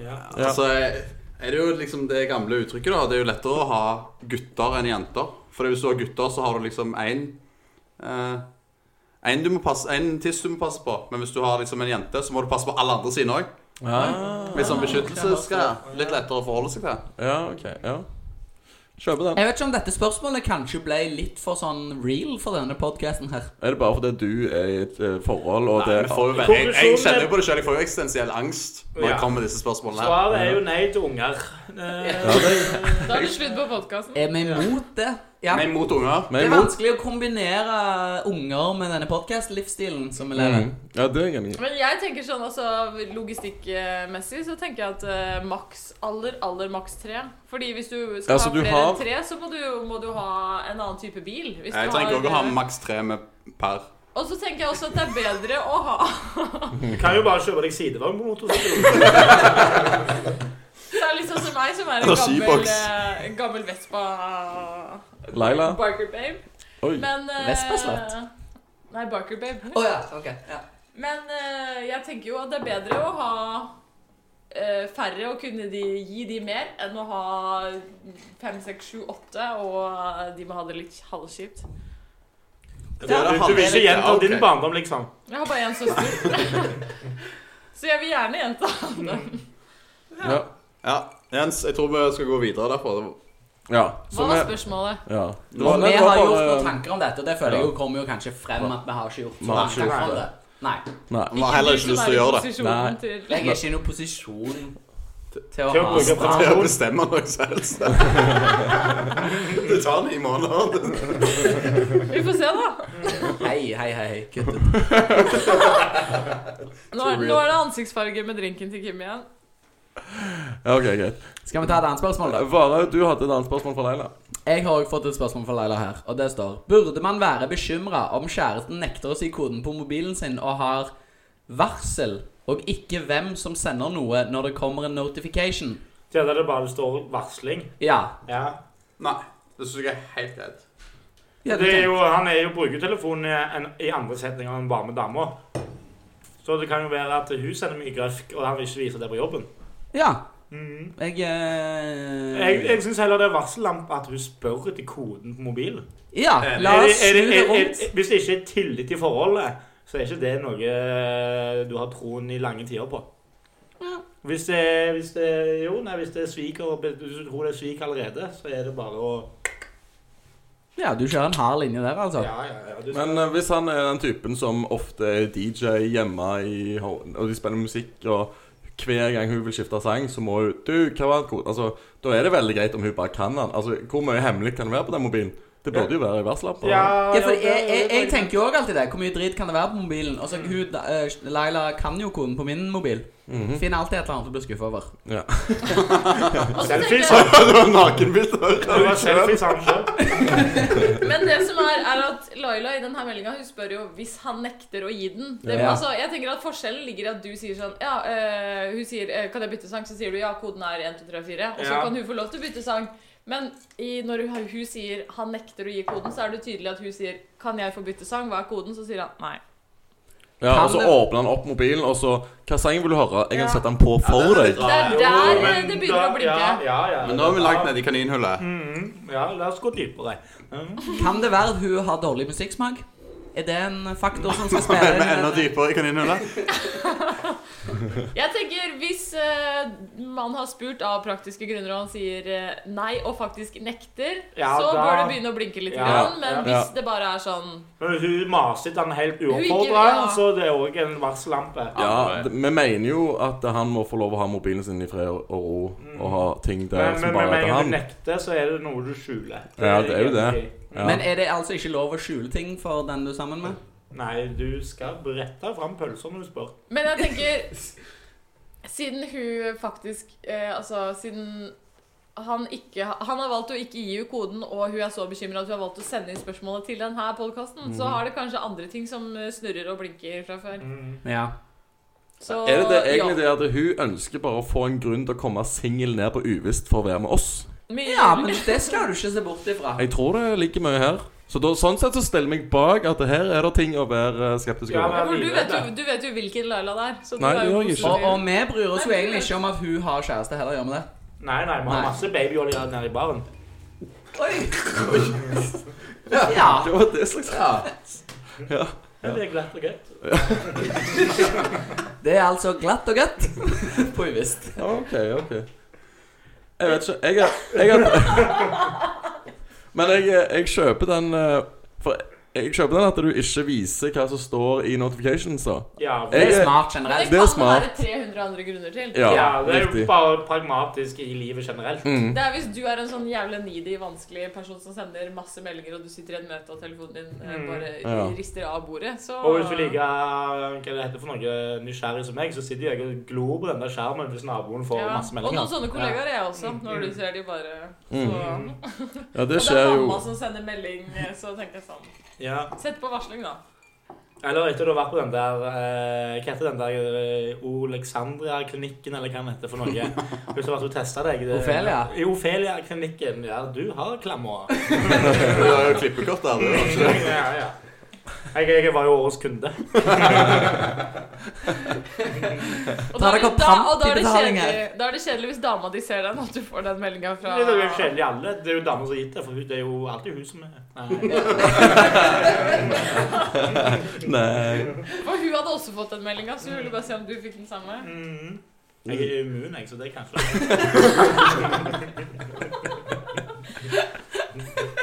D: Ja.
C: Ja.
B: Altså, er det jo liksom det gamle uttrykket, da. Det er jo lettere å ha gutter enn jenter. For hvis du har gutter, så har du liksom én En du må passe En tiss du må passe på. Men hvis du har liksom en jente, så må du passe på alle andre sine òg. Litt sånn beskyttelsesgreier. Litt lettere å forholde seg til.
C: Ja, ok, ja. Kjøper den.
A: Jeg vet ikke om dette spørsmålet kanskje ble litt for sånn real for denne podcasten her.
C: Er det bare fordi du er i et eh, forhold, og
B: Nei,
C: det
B: vi får jo, veldig- jeg, jeg kjenner jo på det sjøl. Jeg får jo eksistensiell angst når
D: Ja.
B: jeg kommer med disse spørsmålene. her
D: Svaret er jo nei til unger. Eh,
E: Da er det slutt på podkasten.
A: Er vi imot det? Ja.
B: Nei, mot unger.
C: Men
A: Det er
C: jeg mot.
A: vanskelig å kombinere unger med denne podkast-livsstilen som vi lever.
C: Mm. Ja, det er jeg enig i.
E: Men jeg tenker sånn også logistikkmessig så tenker jeg at eh, maks, aller, aller maks tre. Fordi hvis du skal
C: Ja, så
E: ha
C: du
E: flere
C: har-
E: enn tre, så må du, må du ha en annen type bil. Hvis
B: Jeg
E: du
B: trenger
E: har-
B: også å ha maks tre med per.
E: Og så tenker jeg også at det er bedre å ha
D: Du kan jo bare kjøpe deg sidevogn på motorsykkel.
E: Så er det liksom som meg, som er en
C: Og
E: gammel,
C: skiboks.
E: eh, en gammel Vespa
C: Laila.
E: Biker Babe.
C: Oi.
E: Men eh,
A: Vespa-slott?
E: Nei, Biker Babe.
A: Å ja, ok. Ja.
E: Men eh, jeg tenker jo at det er bedre å ha eh, færre og kunne de, gi de mer, enn å ha fem, seks, sju, åtte, og de må ha det litt halvskipt.
D: Du,
B: Ja,
D: du vil ikke
B: ja,
D: gjenta
B: ok.
D: din barndom, liksom.
E: Jeg har bare én søster. Så jeg vil gjerne gjenta
B: Mm.
E: det.
C: Ja.
B: Ja, Jens, jeg tror vi skal gå videre derfra.
C: ja. Så
E: Hva
C: vi
E: var spørsmålet?
C: ja.
A: Og
C: Det var-
A: vi
C: det var
A: har gjort
C: bare-
A: noen tanker om dette, og det føler jeg
C: Ja.
A: jo kommer jo kanskje frem at vi har ikke gjort så
C: Vi har
A: mange
C: ikke gjort
A: tanker om det.
C: det.
A: Nei.
B: Vi
C: Nei.
B: har heller ikke lyst til å gjøre det.
C: Nei.
E: det.
A: Jeg er ikke i noen posisjon til
D: Til å
A: å ha
D: bruke
A: svar.
B: Til å bestemme noe som helst. Det tar ni måneder.
E: Vi får se, da.
A: Hei, hei, hei. Kutt ut.
E: Nå er, nå er det ansiktsfarge med drinken til Kim igjen.
C: Ja, ok, greit.
A: Skal vi ta et annet spørsmål, da?
C: Varhaug, du hadde et annet spørsmål fra Laila.
A: Jeg har også fått et spørsmål fra Leila her, og det står Burde man være bekymra om kjæresten nekter å si koden på mobilen sin og har varsel, og ikke hvem som sender noe når det kommer en notification?
D: Ja, der det bare står varsling.
A: Ja.
D: Ja.
B: Nei, det syns jeg er helt greit.
A: ja
D: Det er jo, han er jo bruker telefonen i, en, i andre setninger enn bare med dama. Så det kan jo være at hun sender mye grøfk, og han vil ikke vise det på jobben.
A: Ja.
D: Mhm.
A: Jeg, eh,
D: Jeg, jeg syns heller det er varsellampe at hun spør etter koden på mobilen.
A: Ja, la
D: Er det-
A: oss
D: er
A: snu
D: det-
A: det
D: er- er-
A: rundt.
D: Hvis det ikke er tillit i forholdet, så er ikke det noe du har troen i lange tider på. Hvis det, er- hvis det, er- jo, nei, hvis det er sviker, hvis du tror det er svik allerede, så er det bare å
A: Ja, du kjører en hard linje der, altså.
D: Ja, ja, ja. Du,
C: Men eh, hvis han er den typen som ofte er DJ hjemme i ho- og de spiller musikk, og hver gang hun vil skifte sang, så må hun Du, hva var koden? Altså, da er det veldig greit om hun bare kan den. Altså, hvor mye hemmelig kan det være på den mobilen? Det burde jo være i varsellappen.
A: Ja, for jeg, jeg, jeg tenker jo òg alltid det. Hvor mye drit kan det være på mobilen? Og så
D: Mm.
A: hun, eh, Laila kan jo koden på min mobil. Finner alltid et eller annet å bli skuffa over.
C: Ja.
E: Og så tenker
D: Selfies.
E: jeg,
B: Det var nakenbilder.
D: Det var selfies han selv.
E: men det som er, er at Laila i denne meldinga spør jo hvis han nekter å gi den. Det,
A: Ja.
E: altså, jeg tenker at Forskjellen ligger i at du sier sånn ja, eh, Hun sier eh, 'Kan jeg bytte sang?' Så sier du 'Ja, koden er 1, 2, 3, 4'. Og så
D: Ja.
E: kan hun få lov til å bytte sang. Men i, når hun, hun sier 'han nekter å gi koden', så er det tydelig at hun sier 'Kan jeg få bytte sang?' Hva er koden? Så sier han nei.
C: Ja,
A: Kan
C: og så
A: det-
C: åpner han opp mobilen, og så Hva sang vil du høre? Jeg
E: Ja.
C: kan sette den på for
B: det er
C: deg.
B: bra.
E: Det er
D: Jo,
E: der eh,
D: men
E: det begynner
D: da-
E: å blinke.
D: Ja, ja, ja.
B: Men nå har vi lagt nedi kaninhullet.
D: Ja, la oss gå dypere. Mm.
A: Kan det være at hun har dårlig musikksmak? Er det en faktor som skal
B: Er
A: spille
B: vi
A: inn?
B: enda
A: i dette?
B: dypere i kaninhullet?
E: Jeg tenker Hvis eh, man har spurt av praktiske grunner, og han sier eh, nei og faktisk nekter,
D: Ja,
E: så
D: da-
E: bør det begynne å blinke litt.
D: Ja,
E: grann, men
D: ja.
E: hvis det bare er sånn
D: Men Hun maset han helt
E: Hun
D: uoppfordra,
E: gir- ja.
D: så det er òg en varsellampe.
C: Ja, d- vi mener jo at han må få lov å ha mobilen sin i fred og ro, og ha ting der
D: Men
C: som
D: men- men
C: bare
D: med
C: er
D: en
C: til
D: gang du
C: han.
D: nekter, så er det noe du skjuler.
C: Ja, det er jo det.
D: egentlig-
C: Ja.
A: Men er det altså ikke lov å skjule ting for den du er sammen med?
D: Nei, du skal brette fram pølser når du spør.
E: Men jeg tenker Siden hun faktisk eh, Altså, siden han, ikke, han har valgt å ikke gi henne koden, og hun er så bekymra at hun har valgt å sende inn spørsmålet til denne podkasten, så har det kanskje andre ting som eh, snurrer og blinker fra før.
D: Mm.
A: Ja.
E: Så,
C: Er det, det egentlig
E: ja.
C: det at hun ønsker bare å få en grunn til å komme singel ned på uvisst for å være med oss?
E: Mye-
A: ja, men det skal du ikke se bort ifra.
C: Jeg tror det ligger mye her. Så da, sånn sett så stiller jeg meg bak at her er det ting å være eh, skeptisk
D: Ja,
C: over.
E: Ja, for du, vet jo,
D: Livredd.
E: du vet jo hvilken Laila det er. Så du
C: Nei,
E: er
C: det
E: jo
C: gjør jeg ikke.
A: Og,
E: positiv.
A: og vi bryr oss jo egentlig ikke om at hun har kjæreste heller, gjør vi det?
D: Nei, nei, vi har
A: Nei.
D: masse babyolje nede i baren.
A: Ja.
C: Det var det slags
A: ja.
D: Ja, det er glatt og greit.
A: Det er altså glatt og godt. På uvisst.
C: Ja, OK, OK. Jeg vet ikke. Jeg er, jeg er Men jeg, jeg kjøper den eh, For Jeg kjøper den at du ikke viser hva som står i notificationsa.
D: Ja,
A: Det
C: Jeg-
A: er smart
C: Det
E: Det
A: generelt.
C: er
E: kan
C: smart.
E: være 300 andre grunner til.
C: Eh, Ja,
D: ja, det er
C: riktig.
D: jo bare pragmatisk i livet generelt.
C: Mm.
E: Det er hvis du er en sånn jævlig needy, vanskelig person som sender masse meldinger, og du sitter i et møte og telefonen din eh,
D: Mm.
E: bare
C: Ja.
E: rister av bordet, så
D: Og hvis du liker hva det heter for noe nysgjerrig som meg, så sitter jeg og glor på den der skjermen hvis naboen får
E: Ja.
D: masse
E: Og noen
D: meldinger. Mm.
E: sånne kollegaer er jeg også, når du ser de bare så.
C: Mm. Ja,
E: Og
C: det
E: det er
C: skjer
E: mamma
C: jo.
E: som sender melding, så tenker jeg sånn
D: Ja.
E: Sett på varsling, da.
D: Eller etter du har vært på den der eh, Hva heter den der eh, Alexandria-klinikken, eller hva den heter for noe? Hvis du har vært og testa deg det-
A: Ofelia?
D: I Ofelia-klinikken. Ja, du har klamma.
B: Du har jo klippekort der. Det var ikke det.
D: Ja, ja. Jeg, jeg var jo årets kunde.
E: Og
A: Da er det
E: da-
A: kommet fram
E: da- og da er
A: til
E: det
A: betaling
E: kjedelig-
A: her.
E: Da er det kjedelig hvis dama di ser den, at du får den meldinga fra
D: Det er jo kjedelig alle. Det er jo damer som har gitt det, for det er jo alltid hun som er Nei.
C: Nei.
E: For hun hadde også fått den meldinga, så hun ville bare se om du fikk den samme.
D: Mhm. Jeg er immun, jeg, så det er kanskje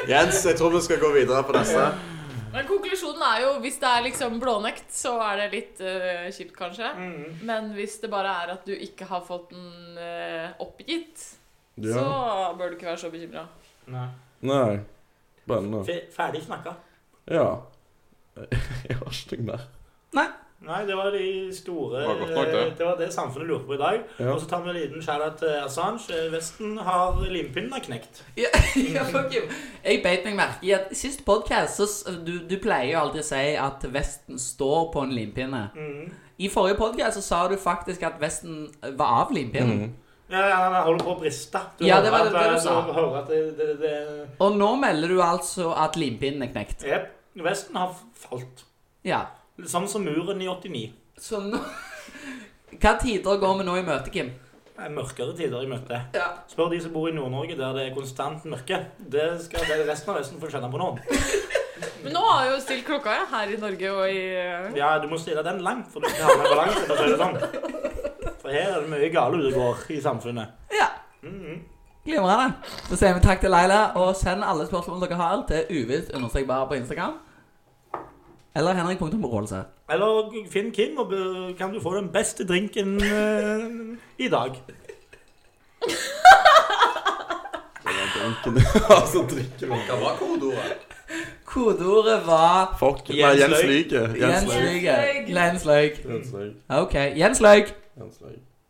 B: Jens, jeg tror vi skal gå videre på neste.
E: Men konklusjonen er jo hvis det er liksom blånekt, så er det litt eh, kjipt, kanskje.
D: Mhm.
E: Men hvis det bare er at du ikke har fått den eh, oppgitt,
C: Ja.
E: så bør du ikke være så bekymra.
D: Nei.
C: Nei. Spennende.
D: Fe- Ferdig snakka.
C: Ja. Jeg har ikke noe mer.
D: Nei, det var de store
B: Det var godt nok, det.
D: Det var det samfunnet lurte på i dag.
C: Ja.
D: Og så tar vi en liten shout-out til Assange. Eh, Vesten har limpinnen har knekt.
A: Ja, ja, fuck you. Jeg beit meg merke i at sist podkast du, du pleier jo alltid å si at vesten står på en limpinne.
D: Mhm.
A: I forrige podkast sa du faktisk at vesten var av limpinnen.
C: Mm.
D: Ja, ja, han holder på å briste.
A: Ja,
D: hører
A: det var det-
D: at,
A: det du
D: eh,
A: sa.
D: Du hører at det, det, det
A: Og nå melder du altså at limpinnen er knekt.
D: Jep. Vesten har falt.
A: Ja.
D: Samme som muren i 89.
A: Så nå Hva tider går vi nå i møte, Kim?
D: Det er Mørkere tider i møte.
A: Ja.
D: Spør de som bor i Nord-Norge, der det er konstant mørke. Det skal det resten av Vesten få kjenne på nå.
E: Men nå har jeg jo stilt klokka ja, her i Norge og i eh,
D: Ja, du må stille den langt, for du skal havne i balanse. For, å si det sånn. for her er det mye gale ute og går i samfunnet.
A: ja.
D: Mhm.
A: Glimrende. Så sier vi takk til Leila, og send alle spørsmål dere har til uvidt-bare på Instagram. Eller henrik.områdelse.
D: Eller finn Kim, og be- kan du få den beste drinken eh, i dag.
C: altså, drikker vi.
B: Hva var kodeordet?
A: Kodeordet var
C: Fuck. Nei,
D: Jens
C: Jens
D: Løik.
C: Lyke. Jens
A: Jens
C: Løik.
A: Løig. Jens Løig.
C: Jens Løik.
A: OK. Jens Løig.
C: Jens Løik.